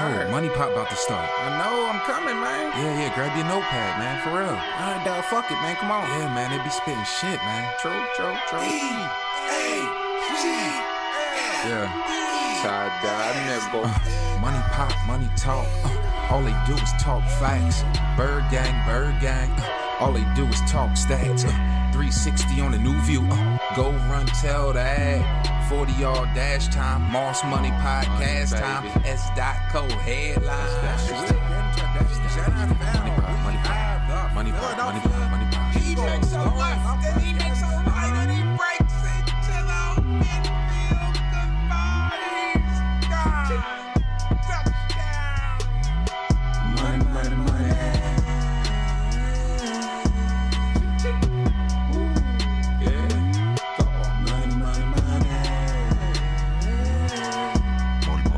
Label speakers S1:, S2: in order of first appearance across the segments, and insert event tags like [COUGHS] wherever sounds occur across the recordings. S1: hop about to start.
S2: I know I'm coming, man.
S1: Yeah, yeah, grab your notepad, man, for real.
S2: All right, dog. Fuck it, man. Come on.
S1: Yeah, man, they be spitting shit, man.
S2: True, true, true.
S1: Yeah.
S2: Tie dye nigga.
S1: Money pop, money talk. Uh, all they do is talk facts. Bird gang, bird gang. Uh, all they do is talk stats. Uh, 360 on the new view. Uh, go run, tell the ad. 40 yard dash time. Moss Money Podcast time.
S2: Money,
S1: S. Dot Co. headline.
S2: That's that shit.
S1: Money pop, money pop, money pop, money pop.
S3: He makes a left and he makes a right and he breaks it to the midfield. Goodbye, he's gone. Touchdown.
S2: Money, money, money. Yeah. Money, money, money.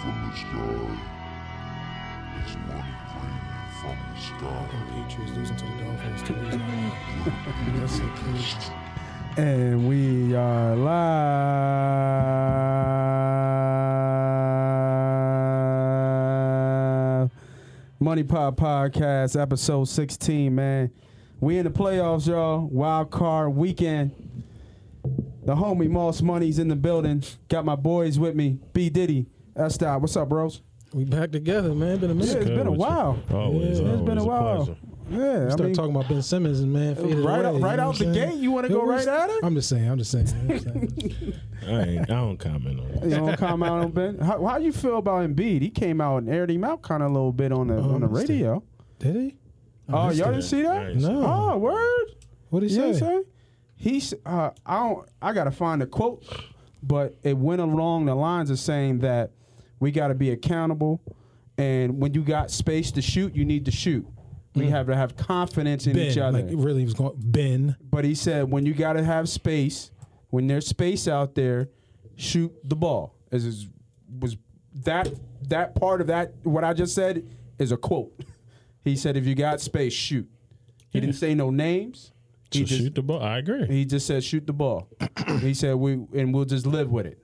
S4: from the sky. It's money raining from the sky.
S5: Patriots losing to the Dolphins two weeks in a row.
S6: And we are live. Money Pop Podcast, episode 16, man. We in the playoffs, y'all. Wild card weekend. The homie Moss Money's in the building. Got my boys with me. B Diddy. That's that. What's up, bros?
S5: We back together, man. Been a minute.
S6: Yeah, it's been a
S7: with you.
S6: while.
S7: Always,
S6: Yeah,
S7: always
S6: it's been a while.
S7: pleasure.
S6: Yeah, I
S5: Start
S6: mean,
S5: talking about Ben Simmons and man, faded
S6: Right out-
S5: away,
S6: right
S5: you know
S6: out
S5: what
S6: the
S5: I'm saying?
S6: gate, you wanna
S5: It
S6: go
S5: was-
S6: right at it?
S5: I'm just saying. I'm just saying. I'm
S6: [LAUGHS]
S5: just saying.
S7: I, ain't, I don't comment on
S6: You
S7: that.
S6: don't come out on Ben. How, how you feel about Embiid? He came out and aired him out kind of a little bit on the
S5: Oh,
S6: on the
S5: I missed it.
S6: radio.
S5: Did he? I
S6: Oh,
S5: missed
S6: y'all
S5: it.
S6: didn't see that?
S7: Nice.
S5: No.
S6: Oh, word.
S5: What did he
S6: You know what I'm
S5: say?
S6: saying? He's. Uh, I don't. I gotta find the quote, but it went along the lines of saying that we got to be accountable, and when you got space to shoot, you need to shoot. We have to have confidence in
S5: ben,
S6: each other.
S5: like really, was going Ben.
S6: But he said, when you got to have space, when there's space out there, shoot the ball. As is, was that that part of that what I just said is a quote. [LAUGHS] He said, if you got space, shoot. He didn't say no names. [LAUGHS] He
S7: So
S6: just
S7: shoot the ball. I agree.
S6: he just said shoot the ball. [COUGHS] he said we and we'll just live with it.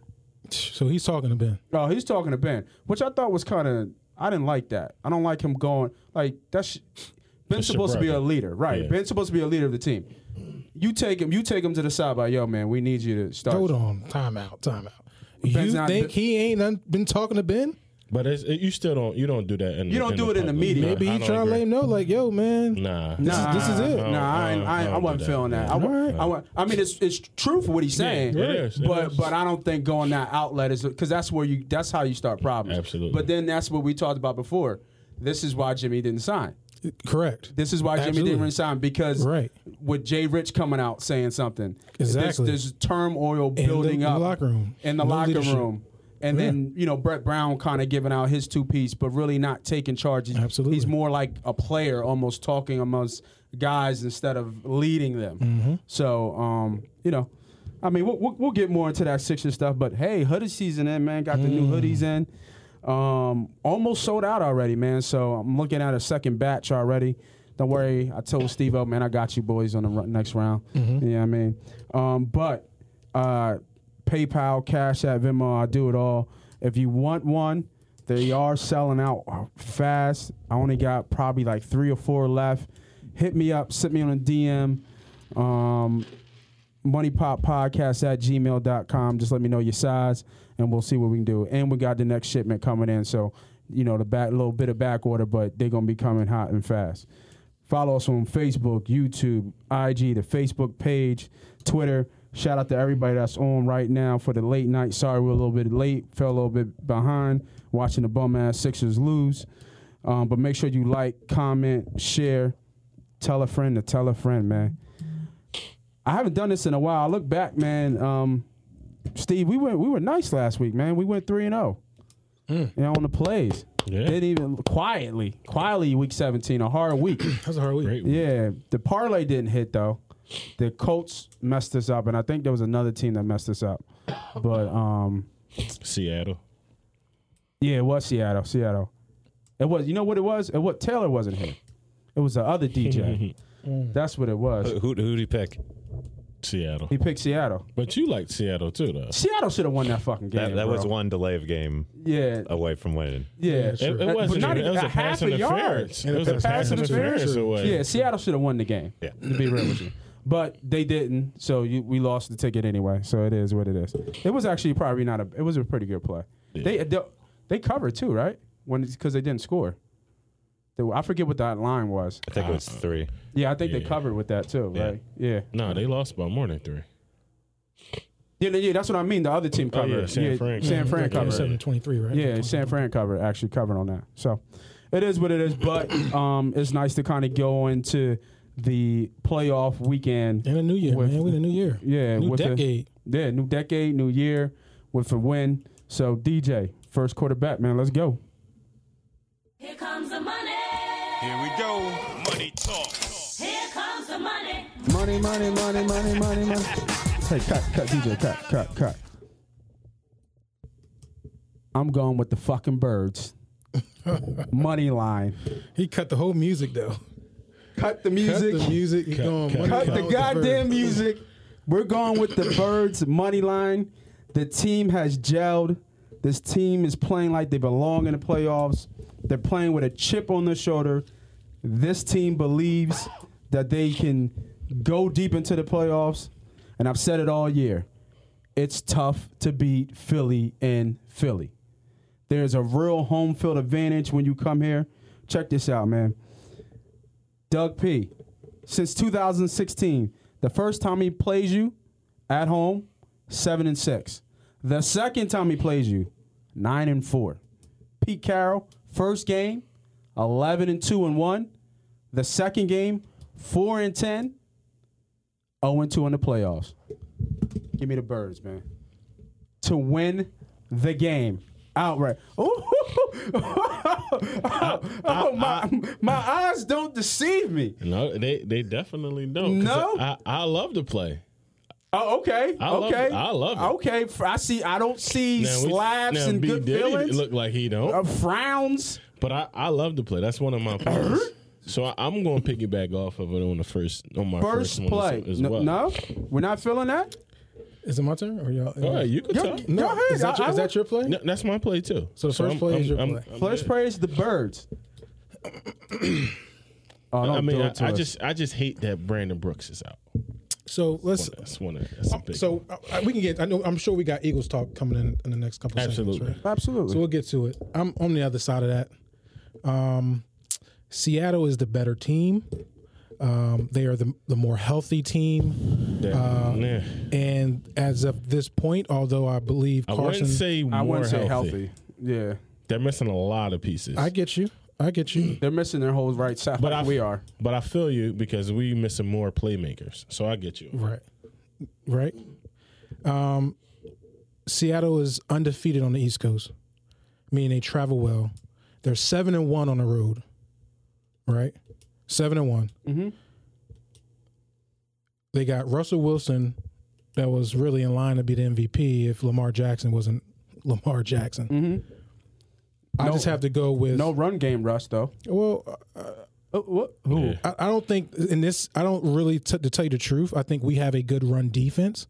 S5: So he's talking to Ben.
S6: Oh, he's talking to Ben, which I thought was kind of I didn't like that. I don't like him going like that's Ben's
S7: That's your
S6: supposed to be a
S7: brother.
S6: leader, right?
S7: Yeah.
S6: Ben's supposed to be a leader of the team. You take him, you take him to the side by yo man. We need you to start.
S5: Hold on. Time out. Time out.
S6: Ben's
S5: you
S6: not-
S5: think he ain't un- been talking to Ben?
S7: But it's, it, you still don't. You don't do that. In
S6: You don't do it in the
S7: public.
S6: media.
S7: Nah,
S5: Maybe
S7: I
S5: he
S7: don't
S5: trying to
S7: agree.
S5: let him know, like, yo, man.
S6: Nah,
S7: Nah.
S5: This is- this is it.
S7: I don't-
S6: Nah, I,
S7: I
S6: ain't-
S7: don't-
S6: I, ain't-
S7: I
S6: I
S7: don't
S6: wasn't
S7: do that.
S6: feeling that. I, wa-
S5: Alright.
S6: I, wa- I mean, it's it's truth what he's saying,
S7: it is, it
S6: but
S7: is.
S6: but I don't think going that outlet is because that's where you that's how you start problems.
S7: Absolutely.
S6: But then that's what we talked about before. This is why Jimmy didn't sign.
S5: Correct.
S6: This is why Jimmy
S5: Absolutely.
S6: didn't resign because
S5: Right.
S6: with Jay Rich coming out saying something,
S5: Exactly.
S6: There's, there's turmoil building
S5: the
S6: up
S5: locker room.
S6: in the
S5: No
S6: locker
S5: leadership.
S6: room, and then you know Brett Brown kind of giving out his two piece, but really not taking charge. He's-
S5: Absolutely.
S6: he's more like a player, almost talking amongst guys instead of leading them.
S5: Mm-hmm.
S6: So um, you know. I mean, we'll, we'll, we'll get more into that Sixer stuff, but hey, hoodie season in, man. Got the
S5: Mm.
S6: new hoodies in. Um, almost sold out already, man. So I'm looking at a second batch already. Don't worry, I told Steve, oh man, I got you boys on the ru- next round.
S5: Mm-hmm.
S6: You know what I mean? Um, but uh, PayPal, Cash App, Venmo, I do it all. If you want one, they are selling out fast. I only got probably like three or four left. Hit me up, send me on a DM. Um, moneypoppodcast at gmail.com. Just let me know your size and we'll see what we can do. And we got the next shipment coming in. So, you know, the back little bit of back order, but they're gonna be coming hot and fast. Follow us on Facebook, YouTube, IG, the Facebook page, Twitter. Shout out to everybody that's on right now for the late night. Sorry we're a little bit late, fell a little bit behind watching the bum ass Sixers lose. Um, but make sure you like, comment, share, tell a friend to tell a friend, man. I haven't done this in a while. I look back, man. Um, Steve, we went we were nice last week, man. We went three and zero,
S8: Hmm.
S6: you know, on the plays.
S7: Yeah.
S6: Didn't even quietly, quietly week seventeen, a hard
S8: [CLEARS THROAT]
S6: week.
S5: That's a hard week.
S7: Great.
S6: yeah, the parlay didn't hit though. The Colts messed us up, and I think there was another team that messed us up. But um,
S7: Seattle.
S6: Yeah, it was Seattle. Seattle. It was. You know what it was? It what Taylor wasn't here. It was the
S8: [LAUGHS]
S6: other DJ.
S8: Mm.
S6: That's what it was.
S8: Who who who'd he pick?
S7: Seattle.
S6: He picked Seattle.
S7: But you liked Seattle too, though.
S6: Seattle should have won that fucking game.
S8: That, that
S6: bro.
S8: was one delay of game
S6: Yeah,
S8: away from winning.
S6: yeah.
S7: It, it
S6: But
S7: wasn't.
S6: not
S7: even, it
S6: even
S7: was
S6: a
S7: a pass
S6: half a yard.
S7: interference. It was
S6: The
S7: a pass interference away.
S6: Yeah, Seattle should have won the game.
S8: Yeah.
S6: to be real with you, but they didn't. So you, we lost the ticket anyway. So it is what it is. It was actually probably not a. It was a pretty good play. They, they they covered too, right? When because they didn't score. They were- I forget what that line was.
S8: I think it
S7: Uh,
S8: was three.
S6: Yeah, I think they
S7: Yeah.
S6: covered with that too,
S8: Yeah.
S6: right? Yeah.
S7: No, they lost by more than three.
S6: yeah, yeah, that's what I mean. The other team
S7: Oh, yeah,
S6: covered.
S7: San Fran
S6: San
S7: covered.
S6: Fran
S7: Yeah,
S6: covered.
S5: Seven twenty-three, right?
S6: Yeah, San Fran covered actually covered on that. So it is what it is, but [COUGHS] um, it's nice to kind of go into the playoff weekend.
S5: And a new year,
S6: With-
S5: man. We in a new year.
S6: Yeah,
S5: new
S6: with the-
S5: decade.
S6: Yeah, new decade, new year with a win. So DJ, first quarterback, man, let's go.
S9: Here comes the money.
S2: Here we go.
S9: Here comes the money.
S6: Money, money, money, money, money, money. Hey, cut, cut, DJ, cut, cut, cut. I'm going with the fucking [LAUGHS] birds. money line.
S5: He cut the whole music though.
S6: Cut the music.
S5: Cut the music. He going
S7: cut,
S5: money
S6: Cut
S5: down
S7: cut.
S6: the
S5: with bird.
S6: goddamn music. We're going with the birds money line. The team has gelled. This team is playing like they belong in the playoffs. They're playing with a chip on their shoulder. This team believes that they can go deep into the playoffs. And I've said it all year. It's tough to beat Philly in Philly. There's a real home field advantage when you come here. Check this out, man. Doug P. Since 2016, the first time he plays you at home, seven and six. The second time he plays you, nine and four. Pete Carroll, first game, eleven and two and one. The second game, four and ten. 0 and two in the playoffs. Give me the birds, man. To win the game outright. [LAUGHS] Ooh. oh, my, my eyes don't deceive me.
S7: No, they they definitely don't.
S6: No?
S7: 'Cause I, I love to play.
S6: Oh, okay.
S7: I love
S6: okay.
S7: it. I love it.
S6: Okay. F- I see. I don't see
S7: Now, we-
S6: slaps
S7: now,
S6: and
S7: B.
S6: good
S7: Diddy
S6: feelings.
S7: Look like he don't.
S6: uh, frowns.
S7: But I, I love to play. That's one of my
S6: Uh-huh.
S7: plays. So I, I'm going to piggyback off of it on the first on my first,
S6: First play.
S7: one as, as
S6: no,
S7: well.
S6: no, we're not feeling that.
S5: Is it my turn or y'all?
S7: All right, you can talk.
S6: Go
S5: No,
S6: ahead.
S5: is that,
S6: I-
S5: your,
S6: I
S5: is
S6: would-
S5: that your play?
S7: No, that's my play too.
S5: So the first play is your play.
S6: First praise the
S7: [CLEARS THROAT]
S6: birds. oh, don't
S7: I mean,
S6: do
S7: I,
S6: it to
S7: I
S6: us.
S7: just I just hate that Brandon Brooks is out.
S5: So let's.
S7: That's one. Of, that's a big.
S5: So uh, uh, we can get. I know. I'm sure we got Eagles talk coming in in the next couple. of Seconds,
S7: Absolutely.
S5: right?
S6: absolutely.
S5: So we'll get to it. I'm on the other side of that. Um, Seattle is the better team. Um, they are the, the more healthy team.
S7: that,
S6: Uh,
S7: yeah.
S5: And as of this point, although I believe
S7: I
S5: Carson,
S7: wouldn't say more
S6: I wouldn't
S7: healthy.
S6: say healthy. Yeah,
S7: They're missing a lot of pieces.
S5: I get you. I get you.
S6: they're missing their whole right side.
S7: But
S6: like
S7: I-
S6: we are.
S7: but I feel you because we missing more playmakers. So I get you.
S5: Right. Right. Um, Seattle is undefeated on the East Coast, meaning they travel well. They're seven and one on the road. Right? Seven and one. Mm-hmm. They got Russell Wilson that was really in line to be the MVP if Lamar Jackson wasn't Lamar Jackson. I
S6: Mm-hmm. No-
S5: just have to go with
S6: No run game, Russ. Though.
S5: Well, uh,
S6: Oh, what? Who?
S5: I, I don't think in this. I don't really t- to tell you the truth. I think we have a good run defense.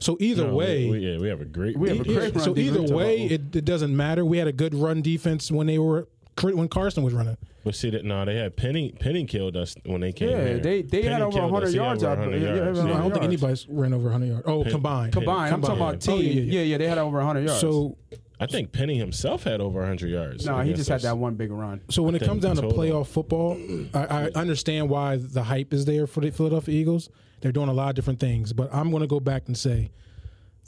S5: So either
S7: No, we-
S5: way,
S7: we, yeah, we have a great.
S6: We have a
S7: defense.
S6: great run
S5: so
S6: defense.
S5: either way,
S6: Talking
S5: it, it doesn't matter. We had a good run defense when they were when Carson was running.
S7: But see that no, they had Penny. Penny killed us when they came.
S6: Yeah,
S7: here.
S6: they- they had
S7: Penny
S6: over
S7: killed
S6: 100
S7: us. He had
S6: yards
S7: over
S6: out there.
S7: 100
S6: Yeah,
S7: yards.
S6: yeah,
S5: I
S6: yeah.
S5: don't think
S6: Yards.
S5: anybody's ran over 100 yards. Oh, combined.
S6: Combined. I'm talking
S5: Combined.
S6: about team.
S5: Oh, yeah, yeah,
S6: yeah,
S5: yeah.
S6: They had over 100 yards.
S5: So
S7: I think Penny himself had over 100 yards.
S6: no, he
S7: against
S6: just had
S7: us.
S6: that one big run.
S5: so when it
S7: think
S5: comes down to
S7: total.
S5: playoff football, I, I understand why the hype is there for the Philadelphia Eagles. They're doing a lot of different things, but I'm going to go back and say.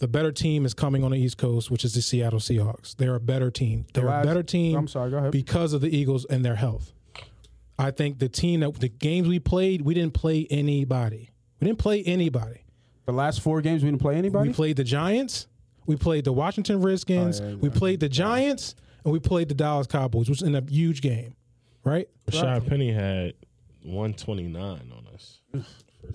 S5: The better team is coming on the East Coast, which is the Seattle Seahawks. They're a better team. They're
S6: last-
S5: a better team.
S6: I'm sorry, go ahead.
S5: Because of the Eagles and their health. I think the team that the games we played, we didn't play anybody. We didn't play anybody.
S6: The last four games, we didn't play anybody. Oh,
S5: We played the Giants. We played the Washington Redskins. we played the Giants, and we played the Dallas Cowboys, which is in a huge game, right?
S7: Rashad Penny had 129 on us.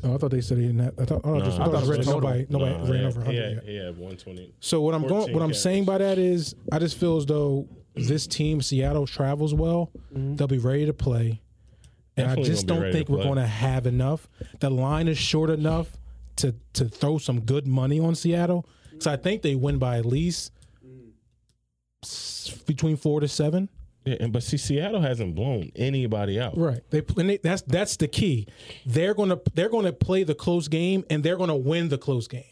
S5: Oh, I thought they said he didn't. Have, I thought, oh, just, I
S7: Nah,
S5: thought I
S7: it's
S5: read
S7: just
S5: nobody,
S7: total.
S5: nobody
S7: Nah,
S5: ran
S7: yeah,
S5: over 100
S7: Yeah,
S5: yet.
S7: yeah, 120.
S5: So what I'm going,
S7: 14
S5: what I'm
S7: carries.
S5: saying by that is, I just feel as though this team, Seattle, travels well, they'll be ready to play. And
S7: Definitely
S5: I just
S7: gonna be
S5: don't
S7: ready to
S5: think we're
S7: play.
S5: going to have enough. The line is short enough to to throw some good money on Seattle. So I think they win by at least s- between four to seven.
S7: Yeah, and but see, Seattle hasn't blown anybody out.
S5: Right. They, pl- and they that's that's the key. They're gonna they're gonna play the close game and they're gonna win the close game.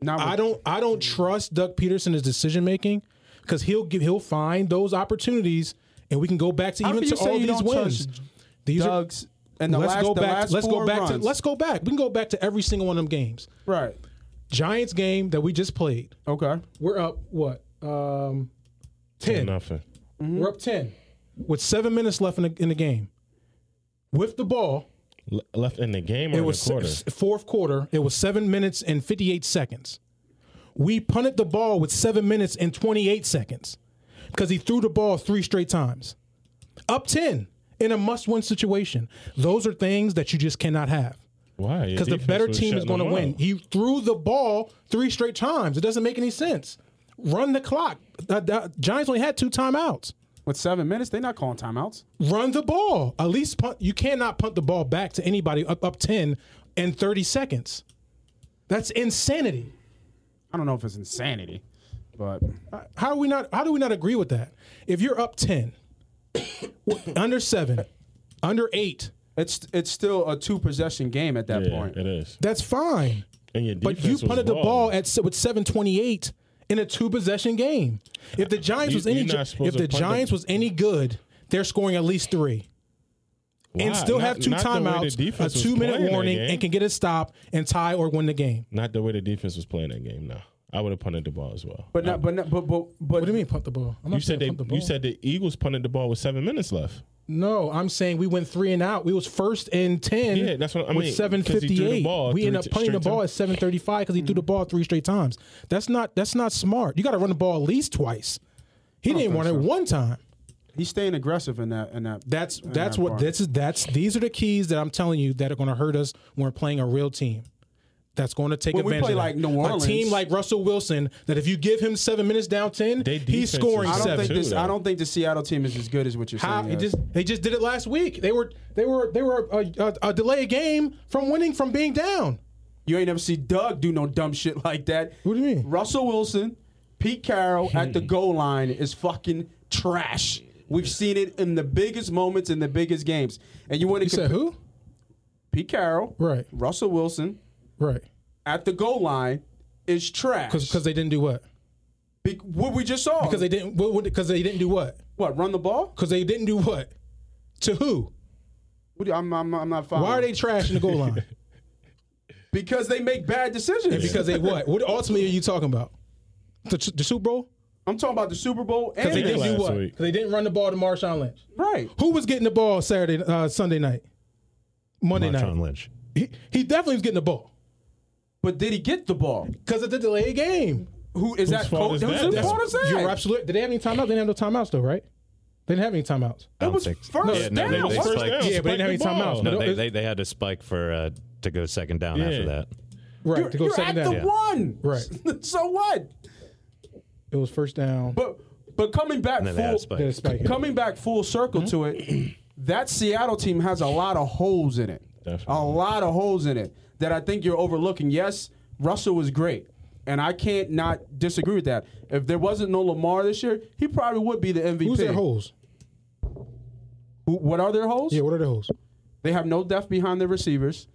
S6: Not
S5: I don't I don't trust Doug Peterson his decision making because he'll give, he'll find those opportunities and we can go back to
S6: How
S5: even
S6: can
S5: to
S6: you say
S5: all
S6: you
S5: these
S6: don't
S5: wins.
S6: trust
S5: These are-
S6: Doug's and the
S5: let's
S6: last
S5: go
S6: the
S5: back.
S6: last
S5: let's
S6: four
S5: go back
S6: runs.
S5: to let's go back. We can go back to every single one of them games.
S6: right.
S5: Giants game that we just played.
S6: Okay.
S5: We're up what? Um,
S7: Or
S5: 10
S7: Nothing.
S5: We're up ten with seven minutes left in the, in the game. With the ball,
S7: Le- left in the game or
S5: it
S7: in the
S5: was
S7: quarter.
S5: se- fourth quarter. It was seven minutes and fifty eight seconds. We punted the ball with seven minutes and twenty eight seconds because he threw the ball three straight times, up ten in a must win situation. Those are things that you just cannot have
S7: Why? Your
S5: because the
S7: defense
S5: better
S7: was
S5: team is
S7: shutting
S5: going to
S7: them
S5: win.
S7: out.
S5: He threw the ball three straight times. It doesn't make any sense. Run the clock. The, the Giants only had two timeouts.
S6: With seven minutes, they're not calling timeouts.
S5: Run the ball. At least punt. You cannot punt the ball back to anybody up up ten in thirty seconds. That's insanity.
S6: I don't know if it's insanity, but
S5: How are we not? How do we not agree with that? If you're up ten, [COUGHS] under seven, under eight,
S6: it's it's still a two possession game at that
S7: Yeah,
S6: point.
S7: it is.
S5: that's fine.
S7: And your
S5: But you
S7: defense was
S5: punted the
S7: balling.
S5: ball at se- with seven twenty eight in a two possession game. If the Giants
S7: You-
S5: was any
S7: you're not
S5: gi-
S7: supposed
S5: if
S7: to
S5: the
S7: punt the-
S5: Giants was any good, they're scoring at least three and
S7: Why?
S5: still
S7: Not-
S5: have two
S7: not the way the
S5: timeouts, a
S7: defense was
S5: two
S7: playing
S5: minute
S7: that
S5: warning,
S7: game.
S5: and can get a stop and tie or win the game.
S7: Not the way the defense was playing that game. No, I would have punted the ball as well.
S6: But not, but not, but but but
S5: What do you mean punt the ball? I'm not
S7: you
S5: saying
S7: said they.
S5: punt the ball.
S7: you said the Eagles punted the ball with seven minutes left.
S5: no. I'm saying we went three and out. We was first and ten.
S7: Yeah, that's what I
S5: with
S7: mean, 'cause he threw the
S5: 758.
S7: ball
S5: We
S7: three
S5: end up
S7: t-
S5: punting the
S7: straight
S5: ball
S7: time. Mm.
S5: at 735 because he threw the ball three straight times. That's not that's not smart. You got to run the ball at least twice. He didn't run it one time.
S6: He's staying aggressive in that in that.
S5: That's
S6: in
S5: that's
S6: that
S5: what
S6: part.
S5: this is. That's these are the keys that I'm telling you that are going to hurt us when we're playing a real team. That's going to take
S6: Well, we
S5: advantage.
S6: play
S5: of that.
S6: like New Orleans.
S5: a team like Russell Wilson. That if you give him seven minutes down ten,
S7: They
S5: he's
S7: defense is
S5: scoring
S6: I don't
S5: seven.
S7: too,
S6: think this. I
S7: though.
S6: don't think the Seattle team is as good as what you're
S5: How
S6: saying.
S5: it just they just did it last week. They were they were they were a, a, a delay a game from winning from being down.
S6: you ain't never see Doug do no dumb shit like that.
S5: What do you mean? Hmm.
S6: Russell Wilson, Pete Carroll at the goal line is fucking trash. We've seen it in the biggest moments in the biggest games. And you want to
S5: You said who?
S6: Pete Carroll,
S5: Right.
S6: Russell Wilson
S5: Right.
S6: at the goal line is trash.
S5: Because they didn't do what?
S6: Be- what we just saw.
S5: Because they didn't. Because they didn't do what?
S6: what run the ball?
S5: Because they didn't do what? To who?
S6: What do you- I'm, I'm, I'm not following.
S5: Why are they trashing the goal [LAUGHS] line?
S6: Because they make bad decisions.
S5: And because they what? What ultimately are you talking about? The, the Super Bowl?
S6: I'm talking about the Super Bowl and
S5: Because they
S7: Yeah,
S5: didn't
S7: last
S5: do what?
S7: week.
S5: 'Cause they didn't run the ball to Marshawn Lynch.
S6: right.
S5: Who was getting the ball Saturday, uh, Sunday night, Monday
S8: Marshawn
S5: night?
S8: Lynch.
S5: He, he definitely was getting the ball
S6: But did he get the ball?
S5: because of the delayed game.
S6: Who is that?
S7: fault
S6: Col-
S7: is
S6: whose
S7: that, though?
S6: fault is that?
S5: You're absolutely. Did they have any timeouts? They didn't have no timeouts though, right? They didn't have any timeouts.
S8: I
S6: It
S8: don't
S6: was
S8: think.
S6: first
S8: yeah, no,
S6: down.
S8: they, they
S6: First
S8: spiked-
S5: down. Yeah, but they didn't have any
S7: Spiked the ball.
S5: timeouts.
S8: No,
S5: No,
S8: they,
S5: it-
S8: they, they had to spike for uh, to go second down
S7: Yeah.
S8: after that.
S5: Right.
S6: You're,
S5: to go
S6: you're at
S5: second down.
S6: the one.
S5: Right.
S6: [LAUGHS] so what?
S5: It was first down.
S6: But but coming back
S8: And then they had to
S6: full
S8: spike.
S5: Did it spike it?
S6: coming back full circle to it, [CLEARS THROAT] that Seattle team has a lot of holes in it.
S7: Definitely.
S6: A lot of holes in it that I think you're overlooking. Yes, Russell was great. And I can't not disagree with that. If there wasn't no Lamar this year, he probably would be the MVP.
S5: Who's their holes?
S6: Who- What are their holes?
S5: Yeah, what are their holes?
S6: They have no depth behind their receivers.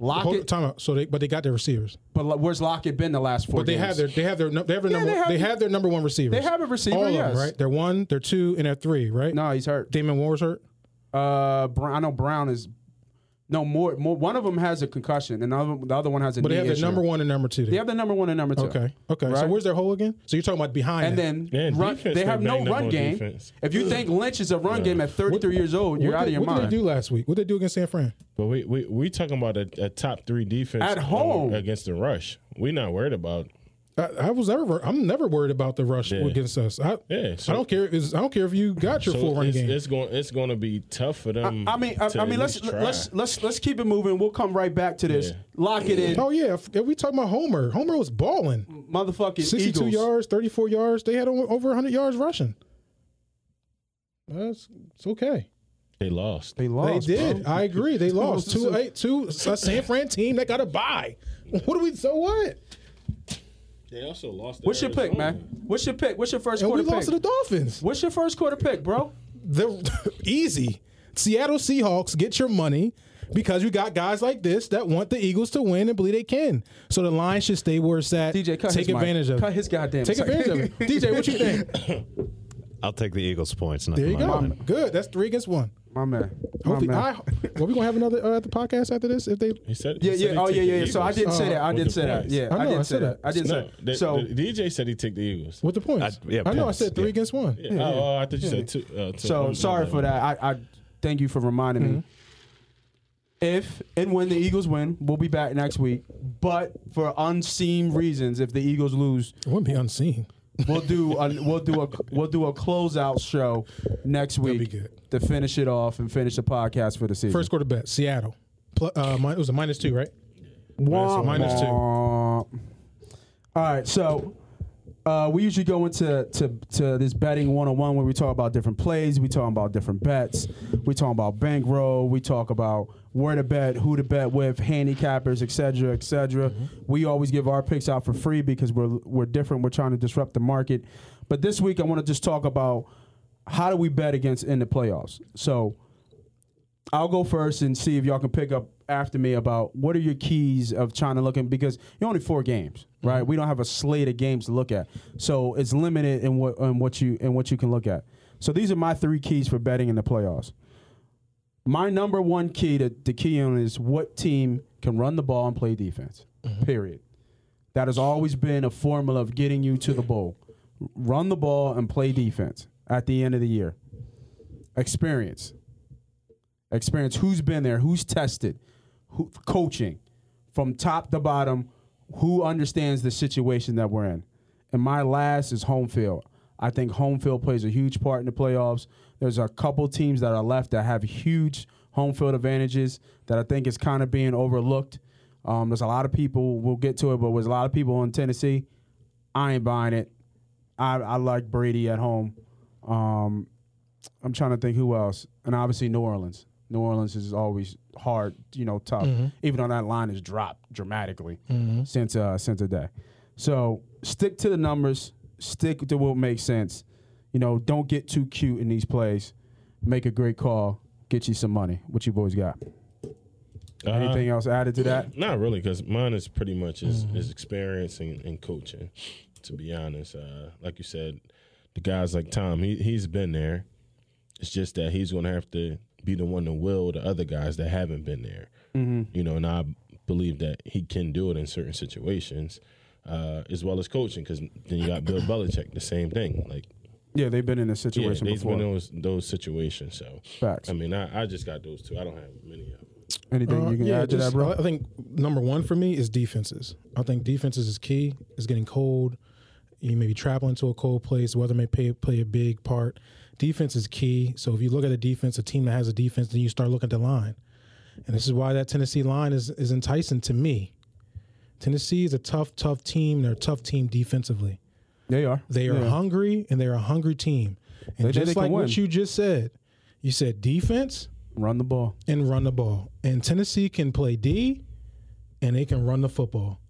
S5: Hold,
S6: Lockett,
S5: time out. So they, but they got their receivers.
S6: but lo- where's Lockett been the last four?
S5: But they
S6: games?
S5: have their, they have their, nu- they have their
S6: Yeah,
S5: number,
S6: they
S5: they
S6: have-
S5: have, their number one receivers.
S6: They have a receiver,
S5: All of
S6: yes.
S5: them, right? They're one, they're two, and they're three, right?
S6: No, he's hurt.
S5: Damon Moore's hurt.
S6: Uh, Brown, I know Brown is. No more. More. One of them has a concussion, and the other, the other one has a.
S5: But they
S6: knee
S5: have their
S6: issue.
S5: number one and number two.
S6: They have the number one and number two.
S5: okay. Okay. So
S6: Right?
S5: where's their hole again? So you're talking about behind.
S6: And
S5: that.
S6: then
S7: Yeah,
S6: run,
S7: defense,
S6: they have
S7: they
S6: no
S7: banged up
S6: run
S7: on
S6: game.
S7: defense.
S6: If you think Lynch is a run game at 33 years old, you're
S5: what
S6: out
S5: did,
S6: of your
S5: what
S6: mind.
S5: did they do last week? What did they do against San Fran?
S7: But we we we talking about a, a top three defense
S6: At home.
S7: against the rush. We not worried about.
S5: I, I was never. I'm never worried about the rush
S7: Yeah.
S5: against us. I,
S7: Yeah, so-
S5: I don't care. if it's- I don't care if you got your full
S7: So
S5: running
S7: it's,
S5: game.
S7: it's going it's going to be tough for them.
S6: I mean, I,
S7: to
S6: I
S7: at
S6: mean, let's
S7: least try.
S6: let's let's let's keep it moving. We'll come right back to this.
S7: Yeah.
S6: Lock it in,
S5: oh yeah, if, if we talking about Homer. Homer was balling.
S6: motherfucking
S5: 62
S6: Eagles.
S5: yards, 34 yards. They had o- over 100 yards rushing. That's it's okay.
S7: They lost.
S6: They lost.
S5: they did.
S6: bro.
S5: I agree.
S6: [LAUGHS]
S5: They lost
S6: This is
S5: two
S6: a-
S5: eight two. A San Fran team that got a bye. What do we? So what?
S7: They also lost.
S6: What's your pick, man? What's your pick? What's your first
S5: And we
S6: quarter
S5: lost
S6: pick?
S5: to the Dolphins.
S6: What's your first quarter pick, bro?
S5: They're [LAUGHS] easy. Seattle Seahawks get your money because you got guys like this that want the Eagles to win and believe they can. So the line should stay where it's at.
S6: DJ, cut
S5: take
S6: his mic.
S5: advantage of. it.
S6: Cut his goddamn
S5: Take
S6: mic.
S5: advantage of
S6: [LAUGHS]
S5: it. [LAUGHS] DJ, what you think?
S8: I'll take the Eagles points. Not
S5: There you
S8: my
S5: go.
S8: mind.
S5: Good. That's three against one.
S6: My man. My
S5: Hopefully,
S6: man.
S5: I, well, we gonna have another uh, at the podcast after this if they.
S7: He said. he
S6: yeah,
S7: said
S6: yeah.
S7: he
S6: Oh,
S7: took
S6: yeah,
S7: the
S6: yeah. So I
S7: Eagles.
S6: did say that. I
S7: with
S6: did
S7: the
S6: say that.
S7: points.
S6: Yeah,
S5: I
S6: I,
S5: know, I
S6: did
S5: said
S6: say that.
S5: that.
S6: I did
S7: No,
S6: say
S7: the,
S6: that. So
S7: the DJ said he took the Eagles.
S5: With the points,
S8: I- yeah,
S5: I know.
S8: points,
S5: I said three
S8: yeah.
S5: against one.
S7: Yeah. oh, oh, I thought you said two. Uh, two
S6: So
S7: one,
S6: sorry
S7: my
S6: for
S7: bad.
S6: that. I, I thank you for reminding me. If and when the Eagles win, we'll be back next week. But for unseen reasons, if the Eagles lose,
S5: It wouldn't be unseen.
S6: we'll do a we'll do a we'll do a closeout show next
S5: That'd
S6: week
S5: be good.
S6: to finish it off and finish the podcast for the season.
S5: First quarter bet, Seattle. Pl- uh, mi- it was a minus two, right?
S6: Womp,
S5: minus two.
S6: womp. All right, so uh, we usually go into to, to this betting one on one where we talk about different plays, we talk about different bets, we talk about bankroll, we talk about where to bet, who to bet with, handicappers, et cetera, et cetera.
S5: Mm-hmm.
S6: We always give our picks out for free because we're we're different. We're trying to disrupt the market. But this week, I want to just talk about how do we bet against in the playoffs. So I'll go first and see if y'all can pick up after me about what are your keys of China looking because you're only four games, right? We don't have a slate of games to look at, so it's limited in what in what you in what you can look at. So these are my three keys for betting in the playoffs. My number one key to the key on is what team can run the ball and play defense. Period. That has always been a formula of getting you to the bowl. Run the ball and play defense at the end of the year. Experience experience who's been there who's tested who coaching from top to bottom who understands the situation that we're in and my last is home field i think home field plays a huge part in the playoffs there's a couple teams that are left that have huge home field advantages that i think is kind of being overlooked um, there's a lot of people we'll get to it but there's a lot of people in tennessee i ain't buying it i, I like brady at home um, I'm trying to think who else, and obviously New Orleans. New Orleans is always hard, you know, tough.
S5: Mm-hmm.
S6: Even though that line has dropped dramatically since uh, since a day. So stick to the numbers. Stick to what makes sense. You know, don't get too cute in these plays. Make a great call. Get you some money. What you boys got?
S7: Uh,
S6: Anything Mm-hmm. else added to that?
S7: Not really, because mine is pretty much is, is experience and, and coaching. To be honest, uh, like you said, the guys like Tom, he he's been there. It's just that he's going to have to be the one to will the other guys that haven't been there.
S6: Mm-hmm.
S7: You know, and I believe that he can do it in certain situations, uh, as well as coaching. Because then you got Bill Belichick, the same thing. Like
S6: Yeah, they've been in this
S7: yeah,
S6: situation
S7: he's
S6: before.
S7: been in those those situations. So
S6: Facts.
S7: I mean, I, I just got those two. I don't have many of them.
S6: Anything
S5: Uh,
S6: you can
S5: yeah,
S6: add to
S5: just-
S6: that, bro?
S5: I think number one for me is defenses. I think defenses is key. It's getting cold. You may be traveling to a cold place. Weather may play, play a big part. Defense is key. So if you look at a defense, a team that has a defense, then you start looking at the line. And this is why that Tennessee line is, is enticing to me. Tennessee is a tough, tough team. They're a tough team defensively.
S6: They are.
S5: They are
S6: Yeah.
S5: hungry and they're a hungry team. And
S6: They- they
S5: just
S6: can
S5: like
S6: win.
S5: what you just said, you said defense
S6: Run the ball.
S5: and run the ball. And Tennessee can play D, and they can run the football.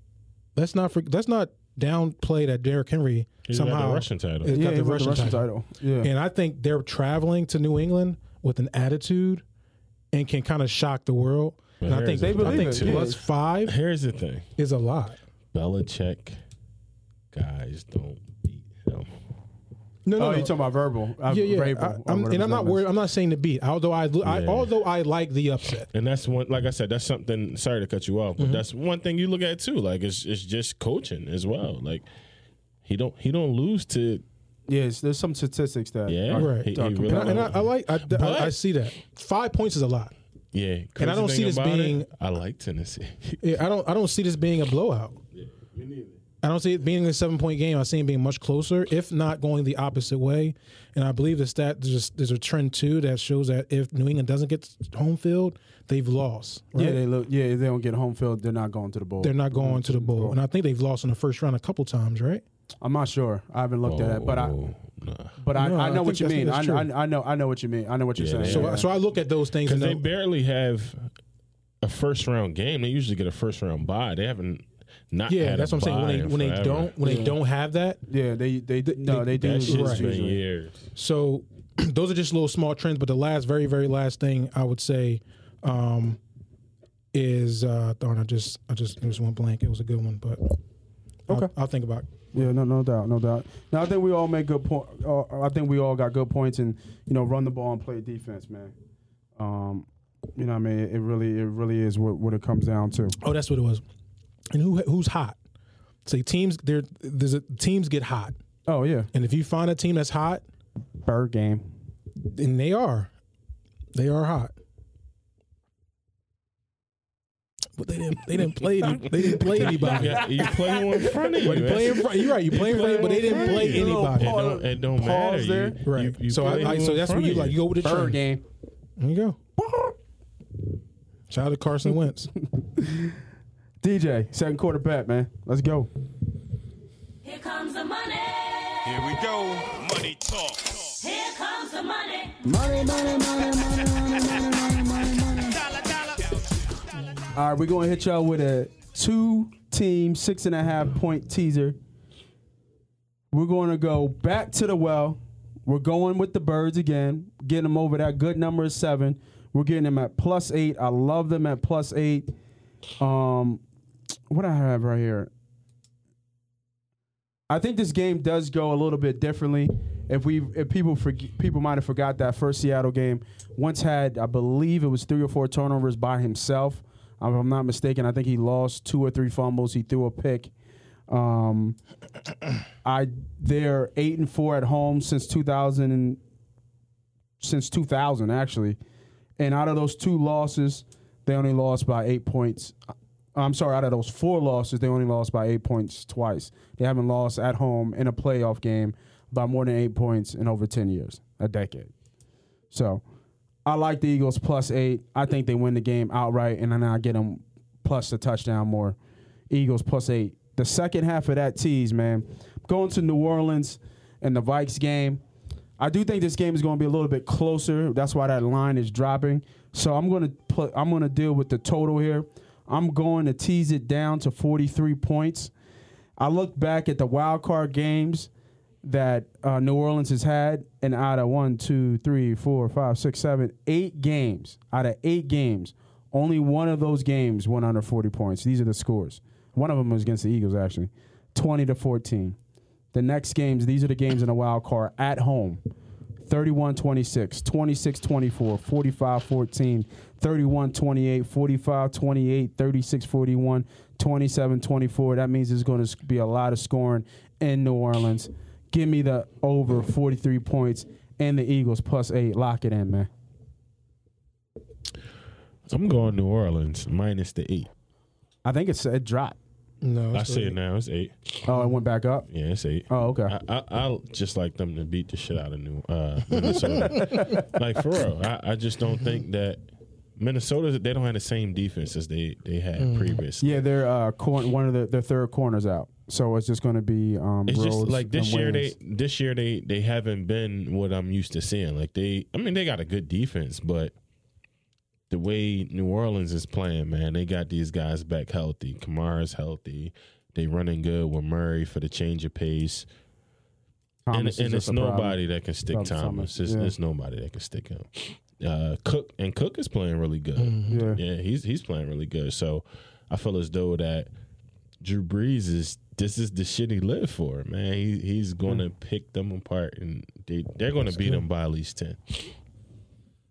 S5: Let's not for, let's not downplay that Derrick Henry
S7: He's got
S5: somehow
S7: the Russian title.
S5: has
S6: Yeah,
S5: got
S6: he
S5: the
S6: won
S5: Russian, title.
S6: Yeah.
S5: And I think they're traveling to New England with an attitude and can kind of shock the world.
S7: But
S5: and I
S7: there
S5: think
S7: is a- They
S5: I
S6: believe
S5: think
S6: it, yeah.
S5: plus five
S7: Here's the thing.
S5: is a lot.
S7: Belichick guys don't beat him.
S5: No, no,
S6: oh,
S5: no.
S6: you're talking about verbal. Uh,
S5: yeah, yeah.
S6: Vrabel,
S5: I-
S6: or
S5: I'm- and
S6: whatever
S5: I'm
S6: his
S5: not
S6: name is.
S5: worried. I'm not saying to beat. Although I, I
S7: Yeah.
S5: although I like the upset.
S7: And that's one like I said, that's something sorry to cut you off, but
S5: Mm-hmm.
S7: that's one thing you look at too. Like it's it's just coaching as well. Like he don't he don't lose to
S6: Yes, there's some statistics that.
S7: Yeah.
S6: are-
S5: Right.
S7: He, he
S6: Talking
S7: really
S5: And I, and I,
S7: don't.
S5: I like. I, I, I see that. Five points is a lot.
S7: yeah.
S5: and I don't
S7: Crazy
S5: see
S7: thing
S5: this
S7: about it,
S5: being-
S7: I like Tennessee.
S5: Yeah, I don't I don't see this being a blowout. I don't see it being a seven point game. I see it being much closer, if not going the opposite way. And I believe the stat there's a, there's a trend too that shows that if New England doesn't get home field, they've lost.
S6: Yeah,
S5: right?
S6: they look. Yeah, if they don't get home field. They're not going to the bowl.
S5: they're not going to the bowl, and I think they've lost in the first round a couple times, right?
S6: I'm not sure. I haven't looked at it, but I
S7: Oh, nah.
S6: but I,
S5: No,
S6: I
S5: I
S6: know what
S5: think
S6: you
S5: that's-
S6: mean. I,
S5: that's true.
S6: I, I know I know what you mean. I know what you're
S7: Yeah,
S6: saying.
S7: they
S5: So,
S7: Yeah.
S5: so I look at those things
S7: Because
S5: and
S7: they
S5: know-
S7: barely have a first round game. They usually get a first round bye. They haven't not.
S5: yeah,
S7: had
S5: that's
S7: a
S5: what I'm saying. When
S7: bye
S5: they
S7: in
S5: when they
S7: forever.
S5: don't when they don't have that,
S6: Yeah, they they no they, do
S7: that shit's
S6: lose
S7: been
S6: usually.
S7: years.
S5: So [CLEARS THROAT] those are just little small trends. But the last, very, very last thing I would say um, is uh, darn. I just, I just, it was one blank. It was a good one, but I'll-
S6: Okay.
S5: I'll, think about. it.
S6: Yeah, no, no doubt, no doubt. Now I think we all make good point. Uh, I think we all got good points, and you know, run the ball and play defense, man. Um, you know, what I mean, it really, it really is what, what it comes down to.
S5: Oh, that's what it was. And who who's hot? Say teams. There, there's a, teams get hot,
S6: Oh yeah,
S5: and if you find a team that's hot,
S6: bird game.
S5: then they are, they are hot. But they didn't. They didn't play. any- They didn't play anybody.
S7: Yeah, you play one in front of you.
S5: But you
S7: man.
S5: playing right. You're right. You playing right, but they didn't play
S7: You know,
S5: anybody.
S7: It don't, it don't matter.
S6: Pause there.
S7: You,
S5: Right.
S7: You, you
S5: so I,
S7: play
S5: I
S7: who
S5: so
S7: in
S5: that's
S7: front
S5: where you
S7: of
S5: like you go with the
S6: Bird
S5: trend.
S6: game.
S5: There you go. Shout out to Carson [LAUGHS] Wentz.
S6: DJ, second quarter bet, man. Let's go.
S9: Here comes the money.
S2: Here we go.
S3: Money talk.
S9: Here comes the money.
S3: Dollar, dollar.
S6: All right, we're gonna hit y'all with a two-team six and a half point teaser. We're gonna go back to the well. We're going with the birds again, getting them over that good number of seven. We're getting them at plus eight. I love them at plus eight. Um, what I have right here. I think this game does go a little bit differently. If we, if people forg people might have forgot that first Seattle game once had, I believe it was three or four turnovers by himself. If I'm not mistaken, I think he lost two or three fumbles. He threw a pick. Um, I they're eight and four at home since 2000 and since 2000 actually, and out of those two losses, they only lost by eight points. Uh, I'm sorry, out of those four losses, they only lost by eight points twice. They haven't lost at home in a playoff game by more than eight points in over 10 years, a decade. So I like the Eagles plus eight. I think they win the game outright, and then I get them plus a touchdown more. Eagles plus eight. The second half of that tease, man. Going to New Orleans and the Vikes game. I do think this game is going to be a little bit closer. That's why that line is dropping. So I'm going to put. I'm going to deal with the total here. I'm going to tease it down to 43 points. I look back at the wild card games that uh, New Orleans has had, and out of one, two, three, four, five, six, seven, eight games, out of eight games, only one of those games went under 40 points. These are the scores. One of them was against the Eagles, actually, 20 to 14. The next games, these are the games in the wild card at home. 31 26, 26 24, 45 14, 31 28, 45 28, 36 41, 27 24. That means there's going to be a lot of scoring in New Orleans. Give me the over 43 points and the Eagles plus eight. Lock it in, man.
S7: I'm going New Orleans minus the eight.
S6: I think it's it dropped.
S5: No,
S7: I
S5: that's
S7: see
S5: what-
S7: it now. It's eight.
S6: Oh, it went back up.
S7: Yeah, it's eight.
S6: Oh, okay.
S7: I, I, I just like them to beat the shit out of New uh, Minnesota. like for real, I, I just don't think that Minnesota they don't have the same defense as they they had previously.
S6: Mm. Yeah, they're uh, corn, one of the, their third corners out. So it's just going to be um,
S7: It's just
S6: Rhodes
S7: like this
S6: and
S7: year they
S6: Williams.
S7: this year they they haven't been what I'm used to seeing. Like they, I mean, they got a good defense, but the way New Orleans is playing, man, they got these guys back healthy. Kamara's healthy. They running good with Murray for the change of pace. and,
S6: Thomas is
S7: and
S6: just
S7: it's
S6: a problem.
S7: nobody that can stick
S6: Probably
S7: Thomas.
S6: Thomas,
S7: It's,
S6: yeah.
S7: it's nobody that can stick him. Uh, Cook and Cook is playing really good.
S5: Mm-hmm.
S6: Yeah.
S7: Yeah, he's he's playing really good. So I feel as though that Drew Brees is this is the shit he lived for, man. He he's going to pick them apart, and they they're going to beat him by at least ten.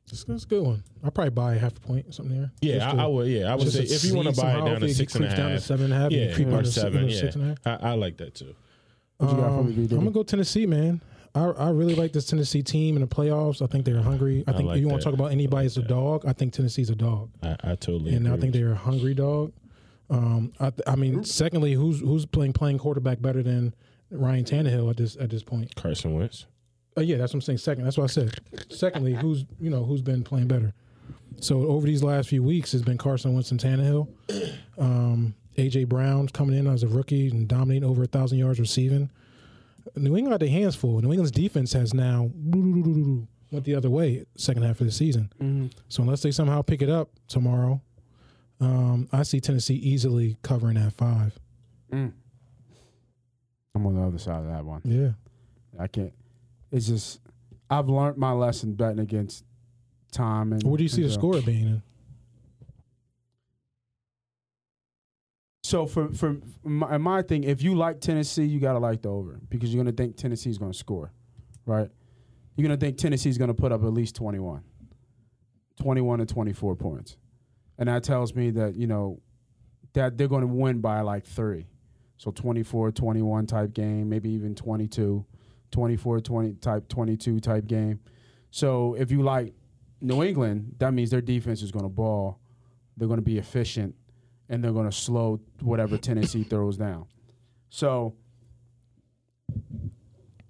S5: That's, that's a good one. I probably buy a half a point something there.
S7: Yeah, I, I would. Yeah, I would
S5: just
S7: say
S5: to
S7: if you want
S5: see
S7: to buy
S5: somehow
S7: it
S5: if
S7: down to
S5: it
S7: six and a half,
S5: creeps down to seven and a half, and
S7: yeah,
S5: creep
S7: or
S5: under se-
S7: seven,
S5: under
S7: yeah,
S5: six and a half.
S7: I, I like that too.
S6: What you got for me,
S5: Um, I'm
S6: BD?
S5: gonna go Tennessee, man. I, I really like this Tennessee team in the playoffs. I think they're hungry. I think
S7: like
S5: if you want
S7: that.
S5: to talk about anybody as a dog, I think Tennessee's a dog,
S7: I, I totally.
S5: and I
S7: agree
S5: think
S7: with
S5: they're a hungry dog. Um, I, th- I mean, secondly, who's who's playing playing quarterback better than Ryan Tannehill at this at this point?
S7: you. Carson Wentz.
S5: Uh, yeah, that's what I'm saying. Second, that's what I said. Secondly, who's you know who's been playing better? So over these last few weeks, it's been Carson Wentz and Tannehill. Um, AJ Brown coming in as a rookie and dominating over a thousand yards receiving. Um, New England got their hands full. New England's defense has now went the other way second half of the season.
S7: Mm-hmm.
S5: So unless they somehow pick it up tomorrow, um, I see Tennessee easily covering that five.
S6: I'm on the other side of that one.
S5: Yeah,
S6: I can't. It's just I've learned my lesson betting against time and.
S5: what do you see
S6: and
S5: the
S6: Joe.
S5: score being? In?
S6: So for for my, my thing, if you like Tennessee, you gotta like the over because you're gonna think Tennessee's gonna score, right? You're gonna think Tennessee's gonna put up at least 21, 21 to 24 points, and that tells me that you know that they're gonna win by like three, so 24, 21 type game, maybe even 22, 24, 20 type 22 type game. So if you like New England, that means their defense is gonna ball, they're gonna be efficient and they're going to slow whatever Tennessee throws down. So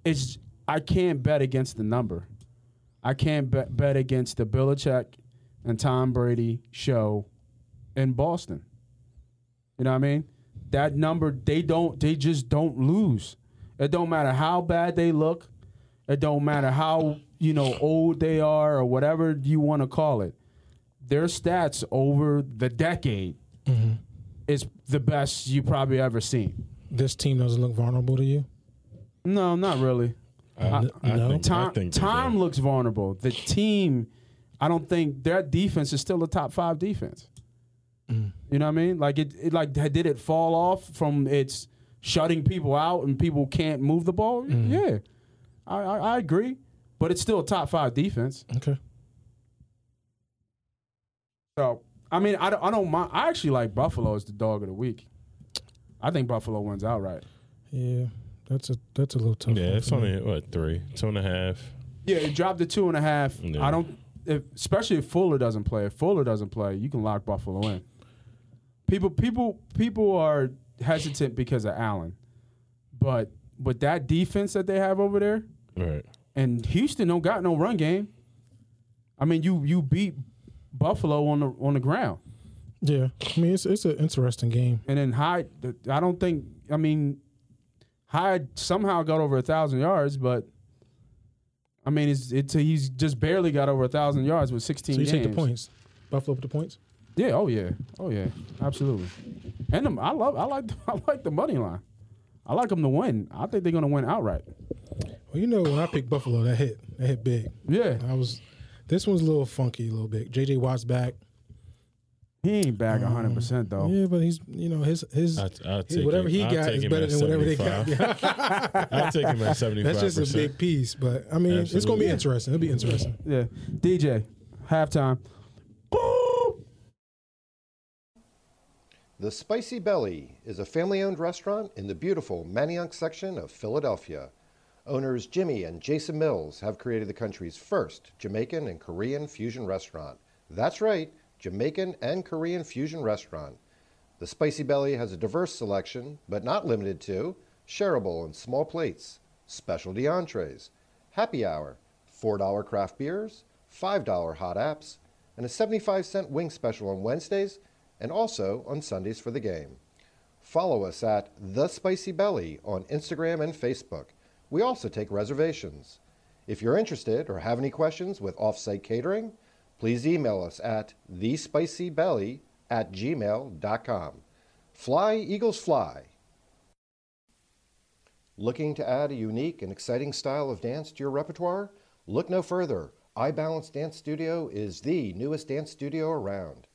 S6: it's I can't bet against the number. I can't bet, bet against the Belichick and Tom Brady show in Boston. You know what I mean? That number they don't they just don't lose. It don't matter how bad they look. It don't matter how, you know, old they are or whatever you want to call it. Their stats over the decade is the best you probably ever seen.
S5: This team doesn't look vulnerable to you.
S6: No, not really.
S7: I, Uh, I
S5: no.
S7: think, I
S6: Tom,
S7: think they
S6: Tom
S7: do.
S6: looks vulnerable. The team, I don't think their defense is still a top five defense. You know what I mean? Like it, it, like did it fall off from its shutting people out and people can't move the ball? Yeah, I, I, I agree, but it's still a top five defense.
S5: Okay.
S6: So I mean, I don't, I don't mind. I actually like Buffalo as the dog of the week. I think Buffalo wins outright.
S5: Yeah, that's a that's a little tough.
S7: Yeah,
S5: one
S7: it's
S5: for me.
S7: only what three, two and a half.
S6: Yeah, it dropped to two and a half.
S7: Yeah.
S6: I don't, if, especially if Fuller doesn't play. If Fuller doesn't play, you can lock Buffalo in. People, people, people are hesitant because of Allen, but with that defense that they have over there,
S7: Right.
S6: and Houston don't got no run game. I mean, you you beat Buffalo on the on the ground,
S5: Yeah, I mean it's it's an interesting game.
S6: and then Hyde. I don't think. I mean, Hyde somehow got over a thousand yards, but. I mean, it's, it's he's just barely got over a thousand yards with sixteen.
S5: So you take the
S6: games.
S5: points. Buffalo with the points.
S6: Yeah. Oh yeah. Oh yeah. Absolutely. And them, I love. I like. [LAUGHS] I like the money line. I like them to win. I think they're gonna win outright.
S5: Well, you know when I picked Buffalo, that hit that hit big.
S6: Yeah.
S5: I was. This one's a little funky, a little bit. JJ Watt's back.
S6: He ain't back hundred percent though.
S5: Yeah, but he's you know his his
S7: I, I'll
S5: his-
S7: take
S5: whatever
S7: him-
S5: he
S7: I'll
S5: got
S7: take
S5: is
S7: him
S5: better
S7: at
S5: than whatever they got.
S7: 75. I'll take him at seventy five.
S5: [LAUGHS] That's just a big piece, but I mean it's gonna be
S7: Absolutely.
S5: interesting. It'll be interesting.
S6: Yeah. DJ, halftime. Boop.
S10: The Spicy Belly is a family owned restaurant in the beautiful Manayunk section of Philadelphia. Owners Jimmy and Jason Mills have created the country's first Jamaican and Korean fusion restaurant. That's right, Jamaican and Korean fusion restaurant. The Spicy Belly has a diverse selection, but not limited to shareable and small plates, specialty entrees, happy hour, $4 craft beers, $5 hot apps, and a 75 cent wing special on Wednesdays and also on Sundays for the game. Follow us at The Spicy Belly on Instagram and Facebook. We also take reservations. If you're interested or have any questions with offsite catering, please email us at thespicybelly at gmail.com. Fly, Eagles, fly. Looking to add a unique and exciting style of dance to your repertoire? Look no further. iBalance Dance Studio is the newest dance studio around.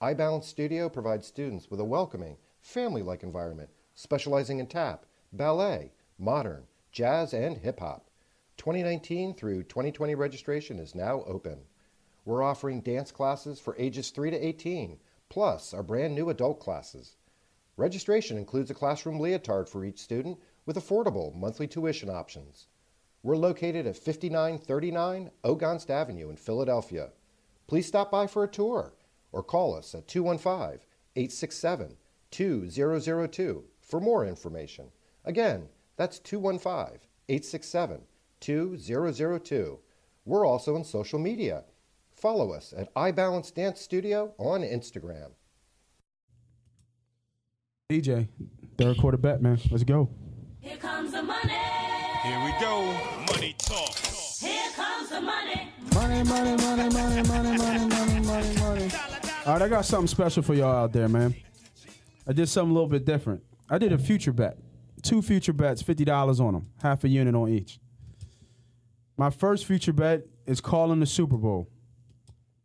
S10: iBalance Studio provides students with a welcoming, family like environment, specializing in tap, ballet, modern, jazz, and hip hop. 2019 through 2020 registration is now open. We're offering dance classes for ages 3 to 18, plus our brand new adult classes. Registration includes a classroom leotard for each student with affordable monthly tuition options. We're located at 5939 Ogonst Avenue in Philadelphia. Please stop by for a tour or call us at 215 867 2002 for more information. Again, that's 215 867 2002. We're also on social media. Follow us at iBalance Dance Studio on Instagram.
S6: DJ, third quarter bet, man. Let's go.
S9: Here comes the money.
S3: Here we go. Money talk.
S9: Here comes the money.
S6: Money, money, money, money, money, money, money, money, money. All right, I got something special for y'all out there, man. I did something a little bit different. I did a future bet, two future bets, fifty dollars on them, half a unit on each. My first future bet is calling the Super Bowl,